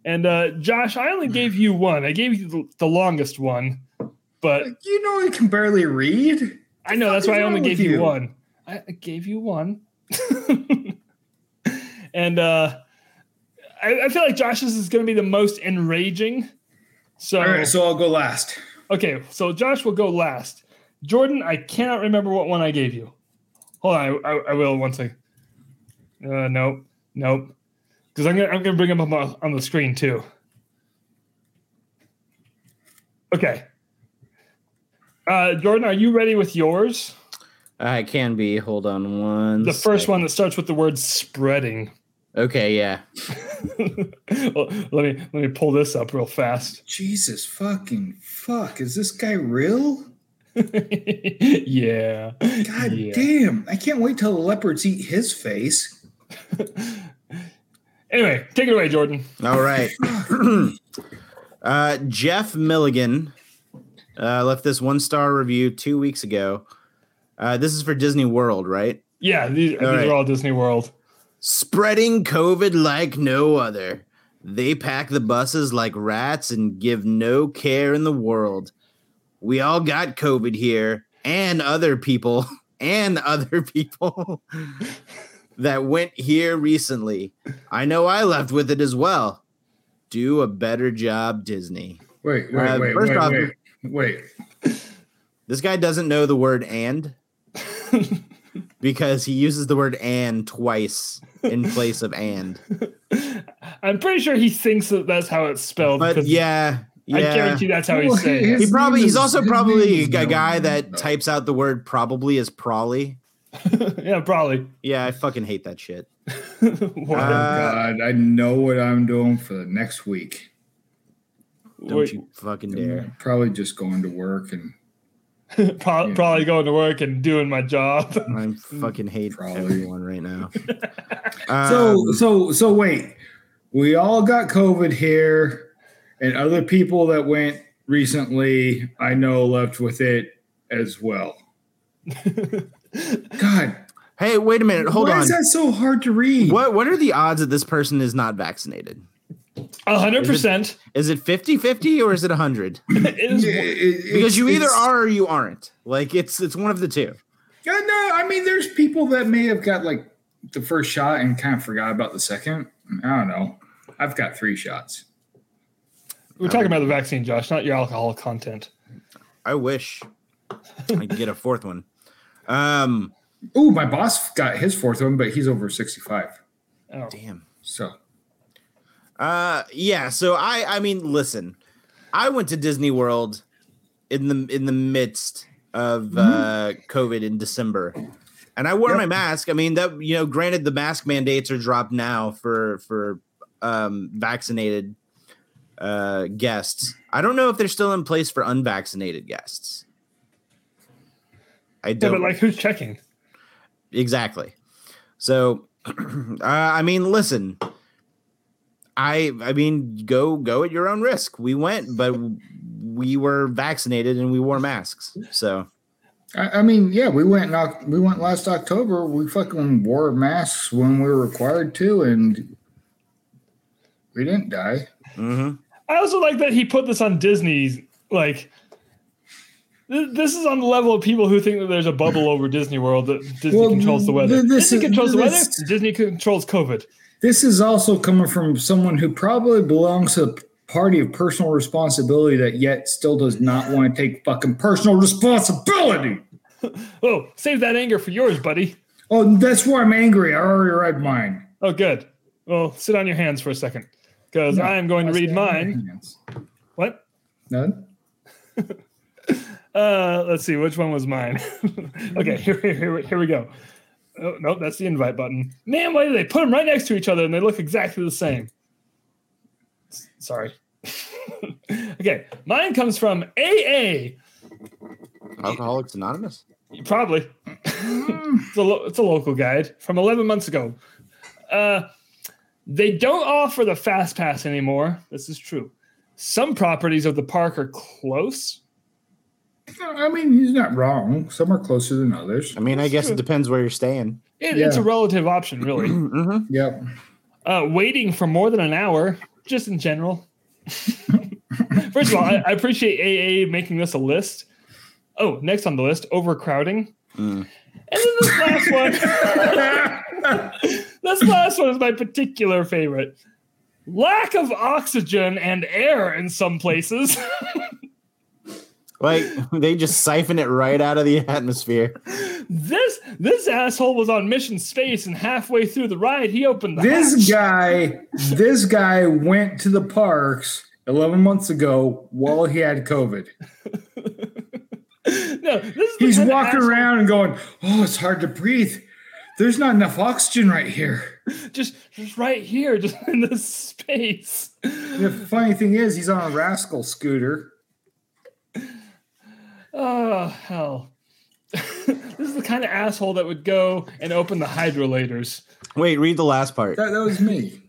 And uh, Josh, I only gave you one. I gave you the, the longest one, but
You know, I can barely read.
I know.
fuck
That's
is
why I
wrong
only
with
gave you,
you?
one. I I gave you one. and uh, I, I feel like Josh's is going to be the most enraging. So,
All right, so I'll go last.
okay. So Josh will go last. Jordan, I cannot remember what one I gave you. Hold on. I, I, I will once I. Uh, nope. Nope. Because I'm going to I'm gonna bring him up on, on the screen too. Okay. Uh, Jordan, are you ready with yours?
I can be. Hold on one.
the first
sec.
one that starts with the word spreading.
Okay, yeah.
Well, let me let me pull this up real fast.
Jesus fucking fuck. Is this guy real?
yeah.
God
Yeah.
damn. I can't wait till the leopards eat his face.
Anyway, take it away, Jordan.
All right. uh, Jeff Milligan uh, left this one star review two weeks ago. Uh, this is for Disney World, right?
Yeah, these, these
right.
are all Disney World.
Spreading COVID like no other. They pack the buses like rats and give no care in the world. We all got COVID here and other people and other people that went here recently. I know I left with it as well. Do a better job, Disney.
Wait, wait,
Uh,
wait,
first
wait,
off-
wait, wait.
This guy doesn't know the word and because he uses the word and twice in place of and.
I'm pretty sure he thinks that that's how it's spelled.
But
'cause
yeah, yeah.
I guarantee that's how
Well,
he's saying
his
he probably
name
he's
is-
also
his name
probably
is
a guy
Nolan,
that
though.
types out the word probably as probably.
it. yeah, probably.
Yeah, I fucking hate that shit.
What?
Uh,
God, I know what I'm doing for the next week.
don't
Wait,
you fucking dare.
Probably just going to work and
pro-
yeah.
Probably going to work and doing my job.
I fucking hate
Probably.
everyone right now.
So
Um,
so so wait. We all got COVID here, and other people that went recently, I know left with it as well. God,
hey, wait a minute. Hold
why
on.
is that so hard to read?
What what are the odds that this person is not vaccinated?
A hundred percent.
Is it 50-50 or is it 100?
It
It-
is.
it-
Because you
it's-
either
it's-
are or you aren't. Like it's it's one of the two.
Yeah, no, I mean, there's people that may have got like the first shot and kind of forgot about the second. I don't know. I've got three shots.
We're talking about the vaccine, Josh, not your alcohol content.
I wish I could get a fourth one. Um
Ooh, my boss got his fourth one, but he's over 65.
Oh.
damn.
So
Uh, yeah. So I, I mean, listen, I went to Disney World in the in the midst of
Mm-hmm.
uh, COVID in December, and I wore my mask. I mean, that you know, granted, the mask mandates are dropped now for for um, vaccinated uh, guests. I don't know if they're still in place for unvaccinated guests. I
Yeah,
don't
but like, who's checking?
exactly so uh, i mean listen i i mean go go at your own risk we went but we were vaccinated and we wore masks so
I, I mean, yeah, we went in, Oc- we went last October. We fucking wore masks when we were required to, and we didn't die.
Mhm.
I also like that he put this on Disney. Like, th- this is on the level of people who think that there's a bubble over Disney World that Disney
Well,
controls the weather.
th- this
Disney
is-
controls the weather.
this-
Disney controls COVID.
This is also coming from someone who probably belongs to the party of personal responsibility that yet still does not want to take fucking personal responsibility.
Oh, save that anger for yours, buddy.
Oh, that's why I'm angry. I already read mine.
Oh, good. Well, sit on your hands for a second because I am going to read mine. What?
None.
Uh, let's see, which one was mine? okay, here, here, here, here we go. Oh, nope, that's the invite button. Man, why do they put them right next to each other and they look exactly the same? S- Sorry. okay, mine comes from AA.
Alcoholics Anonymous.
Probably. it's, a lo- it's a local guide from 11 months ago. Uh, they don't offer the fast pass anymore. This is true. Some properties of the park are close.
I mean, he's not wrong. Some are closer than others.
I mean, I guess it depends where you're staying.
It, It's a
Yeah.
relative option, really.
hmm
Yep.
uh, waiting for more than an hour, just in general. First of all, I, I appreciate AA making this a list. Oh, next on the list, overcrowding. And
Mm.
then this last one, this last one is my particular favorite. Lack of oxygen and air in some places.
Like they just siphon it right out of the atmosphere.
this this asshole was on mission space, and halfway through the ride, he opened the
This
hatch.
guy, this guy went to the parks 11 months ago while he had COVID.
No, this is the
He's
kind of
walking
asshole-
around and going, "Oh, it's hard to breathe. There's not enough oxygen right here."
just just right here, just in this space.
The funny thing is, he's on a rascal scooter.
Oh hell. this is the kind of asshole that would go and open the hydrolators.
Wait, read the last part.
That, that was me.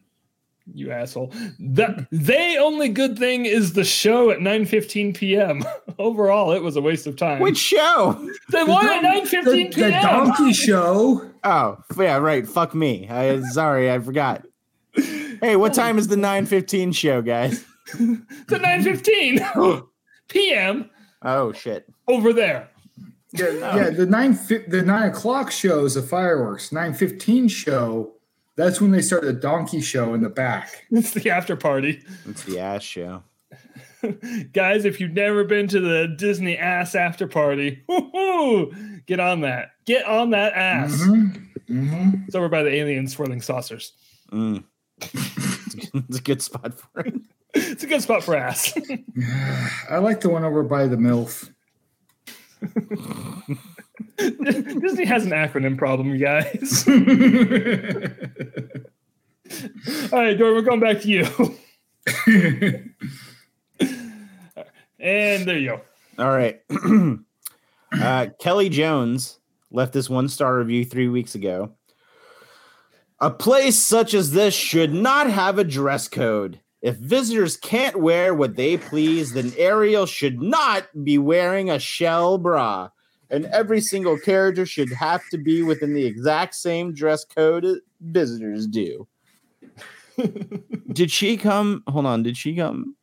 You asshole. The they only good thing is the show at 9:15 p.m. Overall, it was a waste of time.
Which show?
the one at
The,
9:15
the
p.m.
donkey show.
Oh, yeah, right. Fuck me. I, sorry, I forgot. Hey, what time is the 9:15 show, guys?
The 9:15 p.m.
Oh shit.
over there.
Yeah, yeah, the nine fi- the nine o'clock show is the fireworks. Nine fifteen show. That's when they start the donkey show in the back.
It's the after party.
It's the ass show.
Guys, if you've never been to the Disney ass after party, woo-hoo, get on that. Get on that ass.
Mhm, mhm.
It's over by the alien swirling saucers.
Mm. it's a good spot for it.
It's a good spot for ass.
I like the one over by the MILF.
Disney has an acronym problem, you guys. All right, Dory, we're going back to you. and there you go.
All right. uh, Kelly Jones left this one star review three weeks ago. A place such as this should not have a dress code. If visitors can't wear what they please, then Ariel should not be wearing a shell bra. And every single character should have to be within the exact same dress code visitors do. did she come? Hold on. Did she come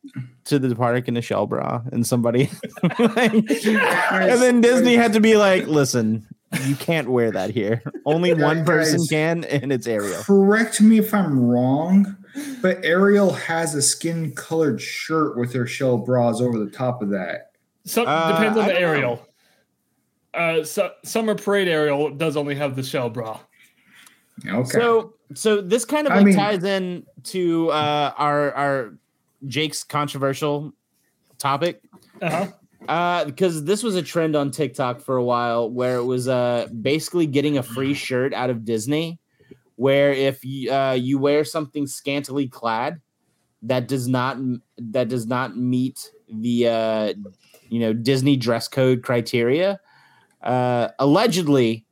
to the park in a shell bra? And somebody. and then Disney had to be like, listen, you can't wear that here. Only one person
Guys.
can, and it's Ariel.
Correct me if I'm wrong, but Ariel has a skin colored shirt with her shell bras over the top of that.
Some,
Uh,
depends on
I
the
don't know.
aerial. Uh, su- summer parade aerial does only have the shell bra.
Okay.
So, so this kind of
I
like
mean-
ties in to uh, our our Jake's controversial topic
Uh-huh.
uh, because this was a trend on TikTok for a while where it was uh, basically getting a free shirt out of Disney, where if you, uh, you wear something scantily clad that does not that does not meet the uh, you know Disney dress code criteria, uh, allegedly.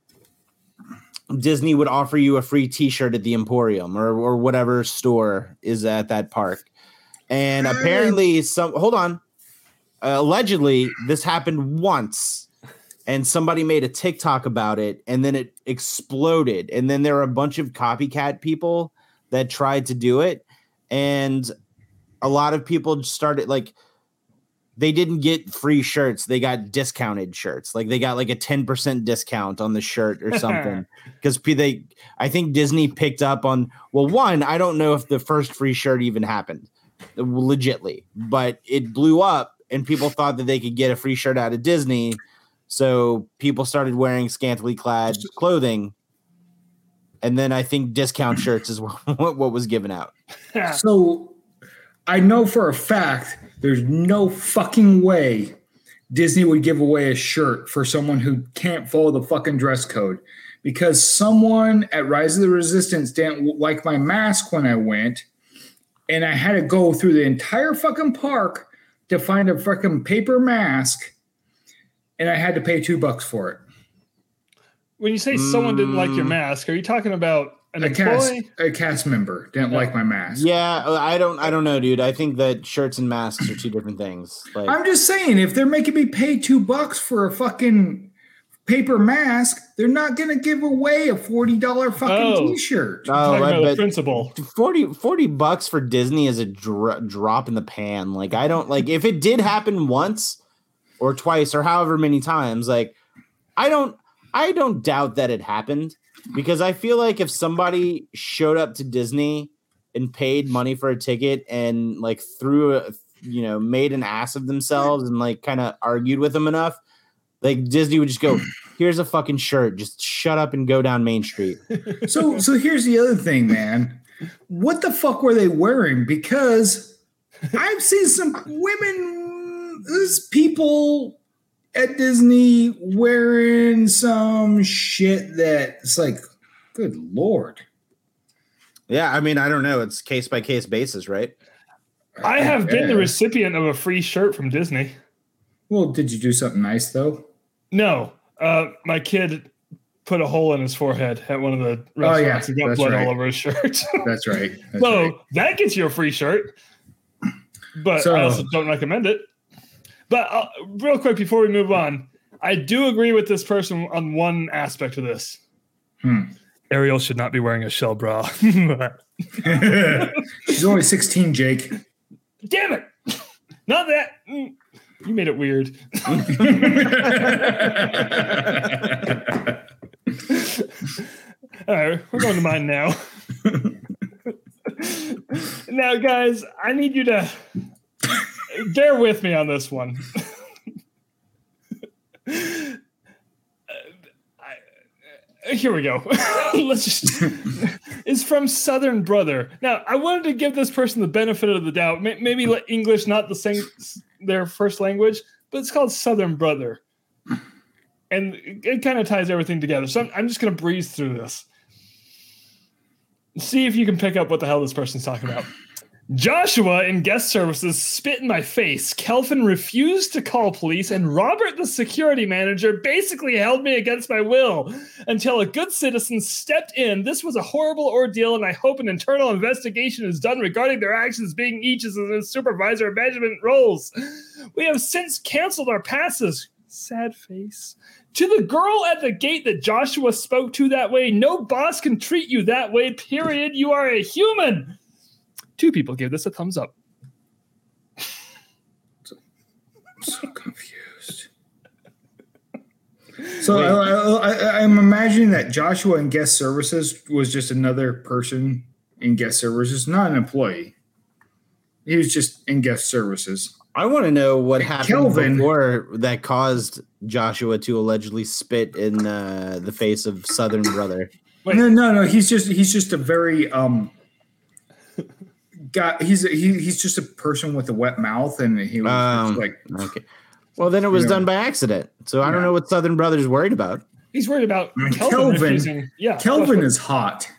Disney would offer you a free T-shirt at the Emporium or, or whatever store is at that park, and apparently some. Hold on, uh, allegedly this happened once and somebody made a TikTok about it, and then it exploded. And then there were a bunch of copycat people that tried to do it, and a lot of people started like they didn't get free shirts; they got discounted shirts. Like they got like a ten percent discount on the shirt or something. Because they, I think Disney picked up on. Well, one, I don't know if the first free shirt even happened, legitly, but it blew up, and people thought that they could get a free shirt out of Disney. So people started wearing scantily clad clothing. And then I think discount shirts is what, what was given out.
So I know for a fact there's no fucking way Disney would give away a shirt for someone who can't follow the fucking dress code because someone at Rise of the Resistance didn't like my mask when I went. And I had to go through the entire fucking park to find a fucking paper mask and I had to pay two bucks for it.
When you say someone didn't like
Mm.
your mask, are you talking about an
A cast,
employee?
a cast member didn't like my mask.
Yeah, I don't I don't know, dude. I think that shirts and masks are two different things. Like
I'm just saying, if they're making me pay two bucks for a fucking paper mask, they're not gonna give away a forty dollar fucking
Oh.
t-shirt.
oh,
talking about
I
the
bet
principal.
40, 40 bucks for Disney is a dro- drop in the pan. Like I don't like if it did happen once or twice or however many times, like I don't I don't doubt that it happened because I feel like if somebody showed up to Disney and paid money for a ticket and like threw a you know made an ass of themselves and like kind of argued with them enough, like Disney would just go, "Here's a fucking shirt. Just shut up and go down Main Street."
So so here's the other thing, man. What the fuck were they wearing? Because I've seen some women there's people at Disney wearing some shit that it's like, good lord.
Yeah, I mean, I don't know. It's case by case basis, right?
I have been the
Yeah.
recipient of a free shirt from Disney.
Well, did you do something nice though?
No, uh, my kid put a hole in his forehead at one of the
Oh, yeah,
restaurants and got
that's
blood
right.
all over his shirt.
That's right. That's
so
right.
that gets you a free shirt, but
So-
I also don't recommend it. But uh, real quick before we move on, I do agree with this person on one aspect of this.
Hmm.
Ariel should not be wearing a shell bra.
She's only 16, Jake.
Damn it! Not that. Mm. You made it weird. All right, we're going to mine now. now, guys, I need you to bear with me on this one. Uh, I- uh, Here we go. Let's just. It's from Southern Brother. Now, I wanted to give this person the benefit of the doubt. May- Maybe like, English not the same their first language, but it's called Southern Brother and it kind of ties everything together. So I'm, I'm just going to breeze through this. See if you can pick up what the hell this person's talking about. Joshua in guest services spit in my face. Kelvin refused to call police, and Robert, the security manager, basically held me against my will until a good citizen stepped in. This was a horrible ordeal, and I hope an internal investigation is done regarding their actions being each as a supervisor of management roles. We have since canceled our passes. Sad face. To the girl at the gate that Joshua spoke to that way, no boss can treat you that way, period. You are a human. Two people gave this a thumbs up.
so confused. So I, I, I, I'm imagining that Joshua in guest services was just another person in guest services, not an employee. He was just in guest services.
I want to know what happened
Kelvin.
before that caused Joshua to allegedly spit in uh, the face of Southern Brother.
Wait.
No, no, no. He's just he's just a very um. Got he's a, he, he's just a person with a wet mouth, and he was
Um,
just like
Okay. Well, then it was
Yeah.
done by accident. So I don't
Yeah.
know what Southern Brother's worried about.
He's worried about
Mm,
Kelvin.
Kelvin.
refusing- yeah,
Kelvin is hot.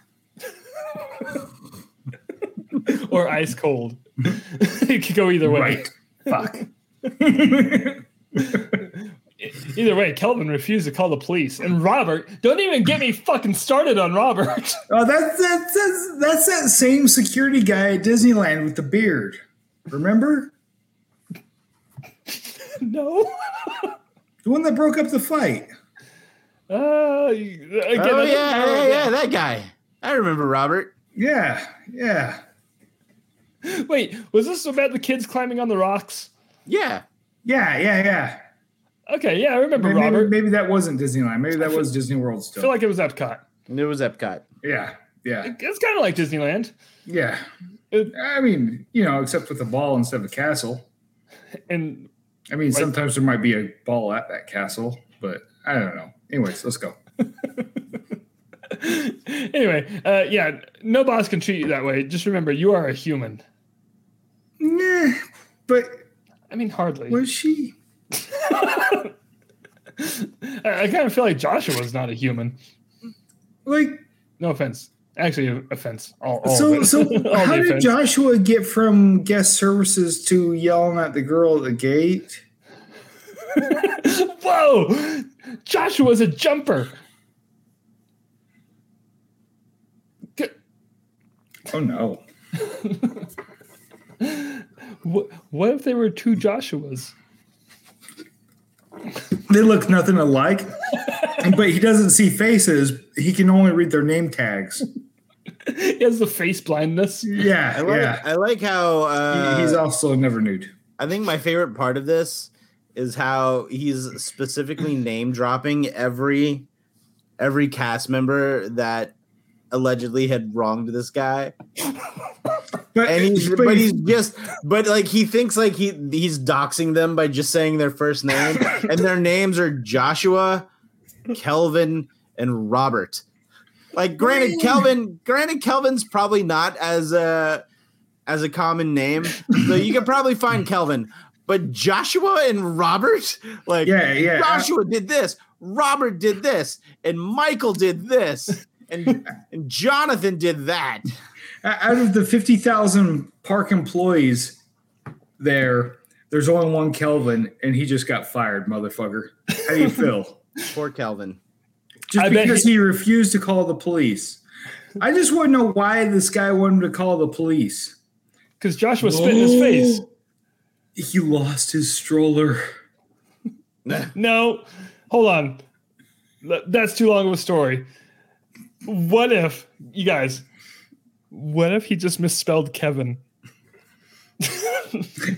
or ice cold. it could go either way.
Right. Fuck.
Either way, Kelvin refused to call the police, and Robert. Don't even get me fucking started on Robert.
Oh, that's that's that's, that's that same security guy at Disneyland with the beard. Remember?
no.
The one that broke up the fight.
Uh, again,
oh
I-
yeah, yeah, yeah, that guy. I remember Robert.
Yeah, yeah.
Wait, was this about the kids climbing on the rocks?
Yeah,
Yeah, yeah, yeah.
Okay, yeah, I remember
Maybe,
Robert.
maybe, maybe that wasn't Disneyland. Maybe that was Disney World
I
still.
feel like it was Epcot.
it was Epcot.
yeah, yeah,
It's kind of like Disneyland,
yeah.
It-
I mean, you know, except with the ball instead of a castle.
and
I mean, sometimes there might be a ball at that castle, but I don't know. Anyways, let's go.
anyway, uh, yeah, no boss can treat you that way. Just remember, you are a human.
Nah, but
I mean, hardly.
was she?
I, I kind of feel like Joshua was not a human.
Like,
No offense. Actually, offense. All, all of
so,
it.
so
All
how
the
did
offense.
Joshua get from guest services to yelling at the girl at the gate?
Whoa! Joshua's a jumper. G-
Oh, no.
wh- What if there were two Joshuas?
They look nothing alike, but he doesn't see faces. He can only read their name tags.
He has the face blindness.
Yeah,
I like.
yeah.
I like how uh,
He- He's also never nude.
I think my favorite part of this is how he's specifically name dropping every every cast member that allegedly had wronged this guy
But,
and he's but he's just but like he thinks like he he's doxing them by just saying their first name and their names are Joshua, Kelvin and Robert. Like granted Kelvin granted Kelvin's probably not as a as a common name. So you can probably find Kelvin, but Joshua and Robert like
yeah, yeah.
Joshua did this, Robert did this, and Michael did this, and, and Jonathan did that.
out of the 50,000 park employees there, there's only one Kelvin, and he just got fired, motherfucker. How do you feel?
Poor Kelvin.
Just
I bet
because he refused to call the police. I just want to know why this guy wanted to call the police.
Because Joshua spit in his face.
He lost his stroller.
No, hold on. Th- That's too long of a story. What if, you guys, what if he just misspelled Kevin?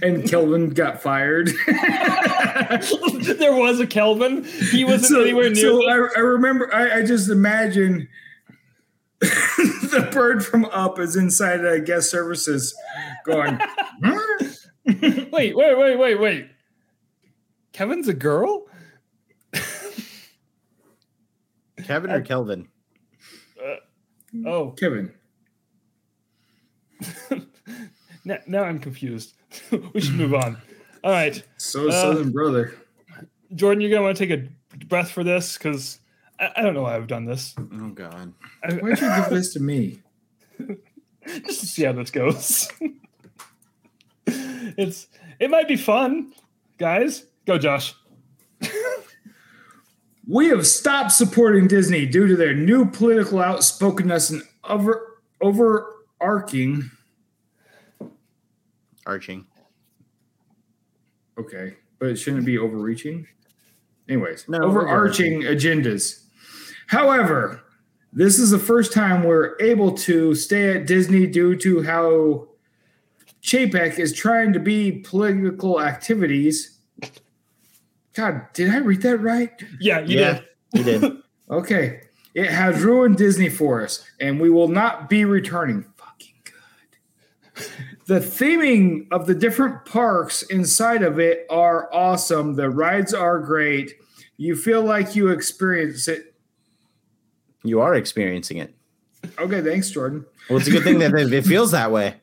And Kelvin got fired.
there was a Kelvin. He wasn't anywhere near.
so
the-
I, I remember, I, I just imagine the bird from Up is inside uh, guest services going, "Hmm?"
Wait, wait, wait, wait, wait. Kevin's a girl?
Kevin or Kelvin?
Oh,
Kevin.
now, now I'm confused. we should move on. All right,
So
Uh,
Southern Brother.
Jordan, you're gonna want to take a breath for this because I, I don't know why I've done this.
Oh god.
I,
Why'd you give this to me?
just to see how this goes. it's it might be fun, guys. Go, Josh.
We have stopped supporting Disney due to their new political outspokenness and over overarching.
Arching.
Okay, but it shouldn't be overreaching. Anyways,
No,
overarching agendas. However, this is the first time we're able to stay at Disney due to how Chapek is trying to be political activities. God, did I read that right?
Yeah, you
yeah,
did.
you did.
Okay. It has ruined Disney for us, and we will not be returning. Fucking good. The theming of the different parks inside of it are awesome. The rides are great. You feel like you experience it.
You are experiencing it.
Okay, thanks, Jordan.
Well, it's a good thing that it it feels that way.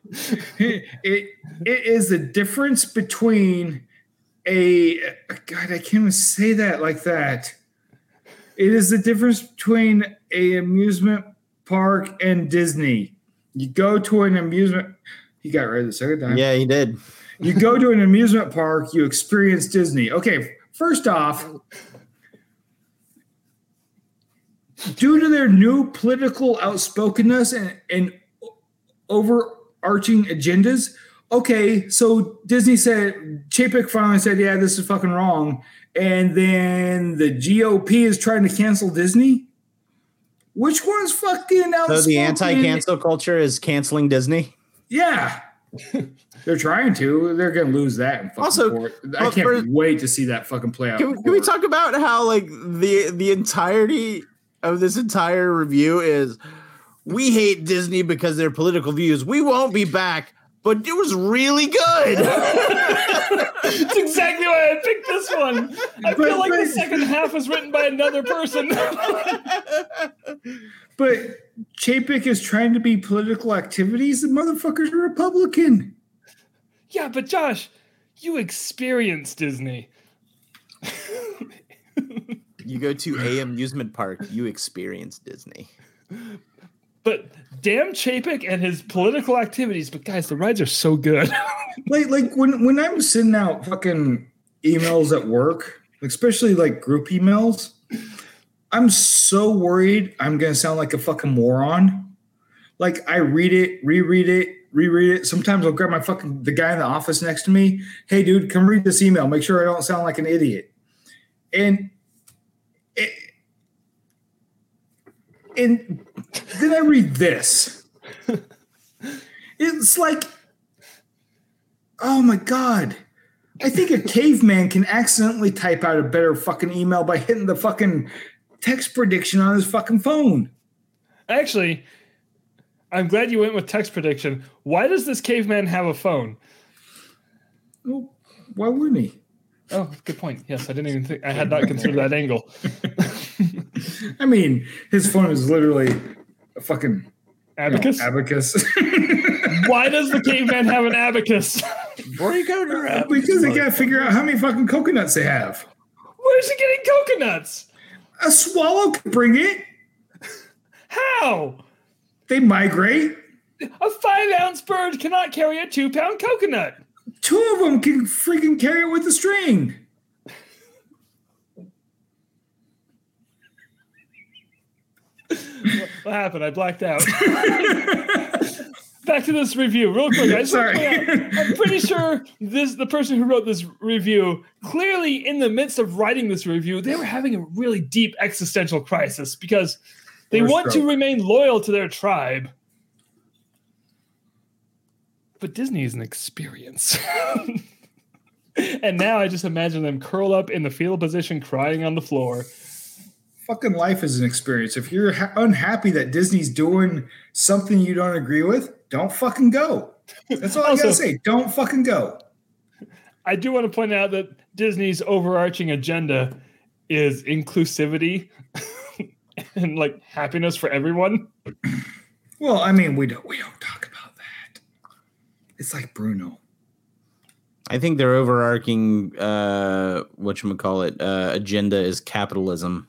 It it is the difference between a God, I can't even say that like that. It is the difference between a amusement park and Disney. You go to an amusement. You got right the second time.
Yeah, he did.
You go to an amusement park. You experience Disney. Okay. First off, due to their new political outspokenness and, and overarching agendas, okay, so Disney said Chapek finally said, yeah, this is fucking wrong, and then the GOP is trying to cancel Disney. Which one's fucking outspoken?
So the anti-cancel culture is canceling Disney.
Yeah. They're trying to. They're going to lose that. In fucking
Also,
court. I
but
can't
for-
wait to see that fucking play out. in
Can, we- can we
court.
talk about how like the the entirety of this entire review is we hate Disney because their political views. We won't be back, but it was really good.
That's exactly why I picked this one. I
But-
feel like the
but-
second half was written by another person.
But Chapek is trying to be political activities. The motherfucker's a Republican.
yeah, but Josh, you experience Disney.
you go to a amusement park, you experience Disney.
But damn Chapek and his political activities. But guys, the rides are so good.
Like, like when when I'm sending out fucking emails at work, especially like group emails, I'm so worried I'm gonna sound like a fucking moron. Like I read it, reread it, reread it. Sometimes I'll grab my fucking the guy in the office next to me. Hey, dude, come read this email. Make sure I don't sound like an idiot. And it, and then I read this. It's like, oh my god. I think a caveman can accidentally type out a better fucking email by hitting the fucking text prediction on his fucking phone.
Actually, I'm glad you went with text prediction. Why does this caveman have a phone?
Well, why wouldn't he?
Oh, good point. Yes, I didn't even think I had not considered that angle.
I mean, his phone is literally a fucking
Abacus.
abacus.
Why does the caveman have an abacus?
Break out your app.
because they gotta figure out how many fucking coconuts they have.
Where's he getting coconuts?
A swallow could bring it.
How?
They migrate.
A five ounce bird cannot carry a two pound coconut.
Two of them can freaking carry it with a string.
What happened? I blacked out. Back to this review, real quick. I just wanna
Sorry.
point out, I'm pretty sure this the person who wrote this review clearly in the midst of writing this review, they were having a really deep existential crisis because they
Or
want to
stroke.
remain loyal to their tribe. But Disney is an experience. and now I just imagine them curl up in the fetal position crying on the floor.
Fucking life is an experience. If you're ha- unhappy that Disney's doing something you don't agree with, don't fucking go. That's all I
Also-
gotta say. Don't fucking go.
I do want to point out that Disney's overarching agenda is inclusivity and like happiness for everyone.
Well, I mean, we don't we don't talk about that. It's like Bruno.
I think their overarching uh whatchamacallit uh agenda is capitalism.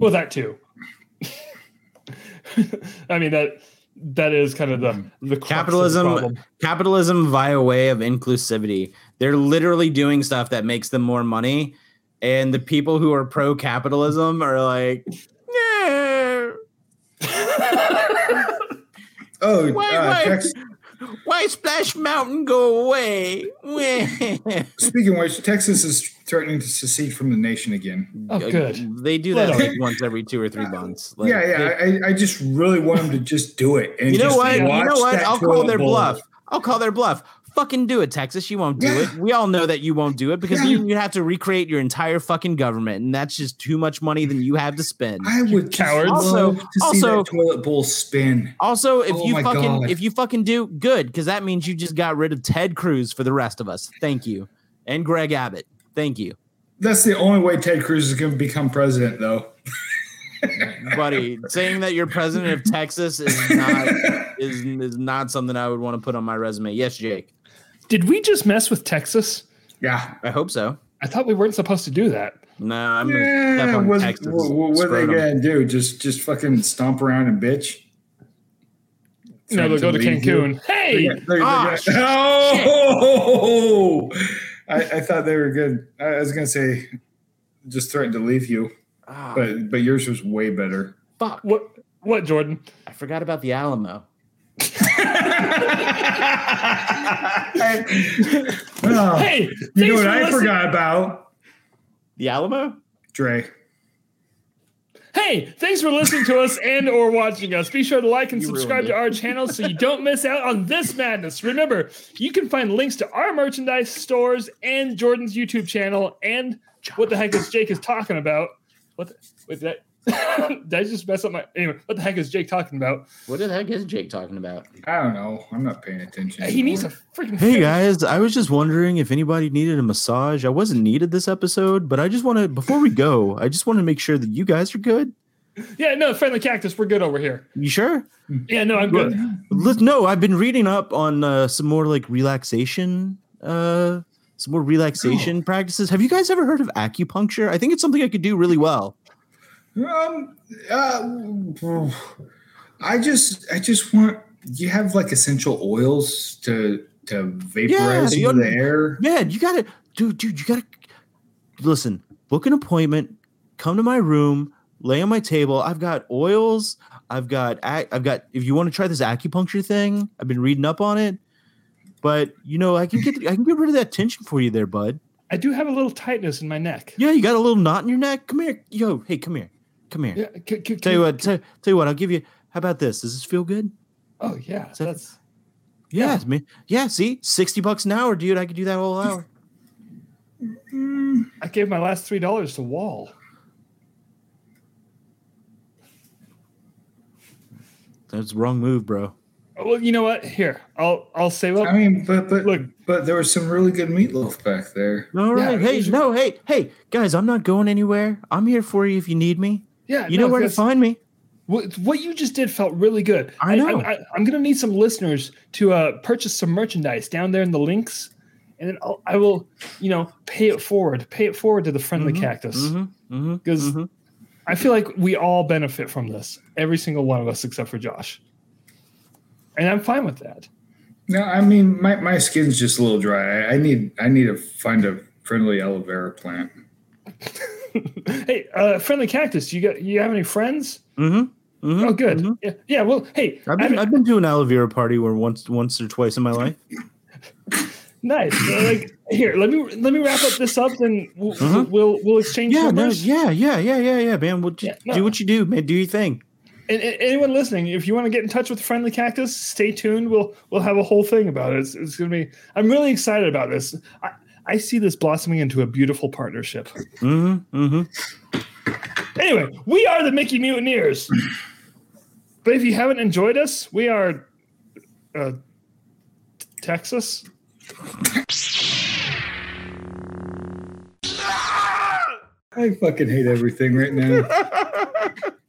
Well, that too. I mean that that is kind of the the crux of the
capitalism uh,
problem.
capitalism via way of inclusivity they're literally doing stuff that makes them more money and the people who are pro capitalism are like yeah
Oh,
Wait,
uh,
wait.
Tex,
why splash mountain go away Wah."
speaking of which, Texas is threatening to secede from the nation again.
Oh,
Like,
good.
they do
Let
that
'em.
like once every two or three months Like,
yeah,
they-
yeah. I, I just really want them to just do it. And
you know
just
what you
watch
know what
that
i'll call
toilet
their
bowl.
bluff i'll call their bluff fucking do it texas you won't do
Yeah.
it we all know that you won't do it because
Yeah.
you, you have to recreate your entire fucking government and that's just too much money than you have to spend
I would just
cowards.
love
Also-
to see
also-
that toilet bowl spin.
Also, if
Oh
you
my
fucking
God.
if you fucking do good, because that means you just got rid of Ted Cruz for the rest of us. Thank you, and Greg Abbott. Thank you,
That's the only way Ted Cruz is going to become president, though.
buddy. Saying that you're president of Texas is not is, is not something I would want to put on my resume. Yes, Jake.
Did we just mess with Texas?
Yeah.
I hope so.
I thought we weren't supposed to do that.
No, I'm gonna step
Yeah.
on
What,
Texas.
what, what are they
scrotum.
going to do? Just just fucking stomp around and bitch?
no, they'll go to
Threaten to leave
Cancun. Hey,
They're gonna- they're
Ah,
gonna- oh, I, I thought they were good. I, I was going to say just threaten to leave you,
Ah,
but but yours was way better.
fuck!
what? What, Jordan?
Oh,
I forgot about the Alamo.
Well,
Hey, thanks
you know what
for
I
listening.
forgot about?
The Alamo?
Dre.
Hey, thanks for listening to us and or watching us. Be sure to like and
You ruined
subscribe
it.
to our channel so you don't miss out on this madness. Remember, you can find links to our merchandise stores and Jordan's YouTube channel and what the heck is Jake is talking about. What the, wait, did I, did I just mess up my anyway, what the heck is Jake talking about?
What the heck is Jake talking about?
I don't know. I'm not paying attention.
He needs a
anymore.
freaking
Hey guys, I was just wondering if anybody needed a massage. I wasn't needed this episode, but I just want to before we go, I just want to make sure that you guys are good.
Yeah, no, friendly cactus, we're good over here.
You sure?
Yeah, no, I'm good.
Let, no, I've been reading up on uh, some more like relaxation, uh, some more relaxation practices. Have you guys ever heard of acupuncture? I think it's something I could do really well.
Um, uh, I just, I just want. You have like essential oils to to vaporize
you-
in the air.
Man, you gotta, dude, dude, you gotta listen. Book an appointment. Come to my room. Lay on my table. I've got oils. I've got. ac- I've got. If you want to try this acupuncture thing, I've been reading up on it. But you know, I can get. I can get rid of that tension for you, there, bud.
I do have a little tightness in my neck.
Yeah, you got a little knot in your neck. Come here, yo. Hey, come here. Come here.
Yeah, c- c-
Tell you what. Tell, tell you what. I'll give you. How about this? Does this feel good?
Oh yeah,
So-
that's
Yeah, man. Yeah. See, sixty bucks an hour, dude. I could do that whole hour.
I gave my last three dollars to Wall.
That's the wrong move, bro.
Well, you know what? Here, I'll I'll save up.
I mean, but but
Look.
look, but there was some really good meatloaf back there.
All
Yeah,
right. hey,
usually-
no, hey, hey, guys, I'm not going anywhere. I'm here for you if you need me.
yeah,
You
Uh, no,
know where to
that's-
find me.
What, what you just did felt really good.
I
And
know.
I'm, I, I'm gonna need some listeners to uh, purchase some merchandise down there in the links, and then I'll, I will, you know, pay it forward. Pay it forward to the friendly cactus
Mm-hmm.
because I feel like we all benefit from this. Every single one of us, except for Josh. And I'm fine with that.
No, I mean my, my skin's just a little dry. I, I need I need to find a friendly aloe vera plant.
Hey, uh, friendly cactus, you got you have any friends?
Mm-hmm.
Oh, good. Yeah, yeah. Well, hey,
I've
I
been, I've been to an aloe vera party where once once or twice in my life.
Nice. So, like here, let me let me wrap up this up, then we'll
Uh-huh.
we'll, we'll exchange
Yeah, no,
numbers.
yeah, yeah, yeah, yeah, yeah, man. Well, just
Yeah, no.
Do what you do, man. Do your thing.
And, and anyone listening, if you want to get in touch with Friendly Cactus, stay tuned. We'll we'll have a whole thing about it. It's, it's gonna be. I'm really excited about this. I, I see this blossoming into a beautiful partnership.
Mm-hmm. Mm-hmm.
Anyway, we are the Mickey Mutineers. but if you haven't enjoyed us, we are uh, Texas.
I fucking hate everything right now.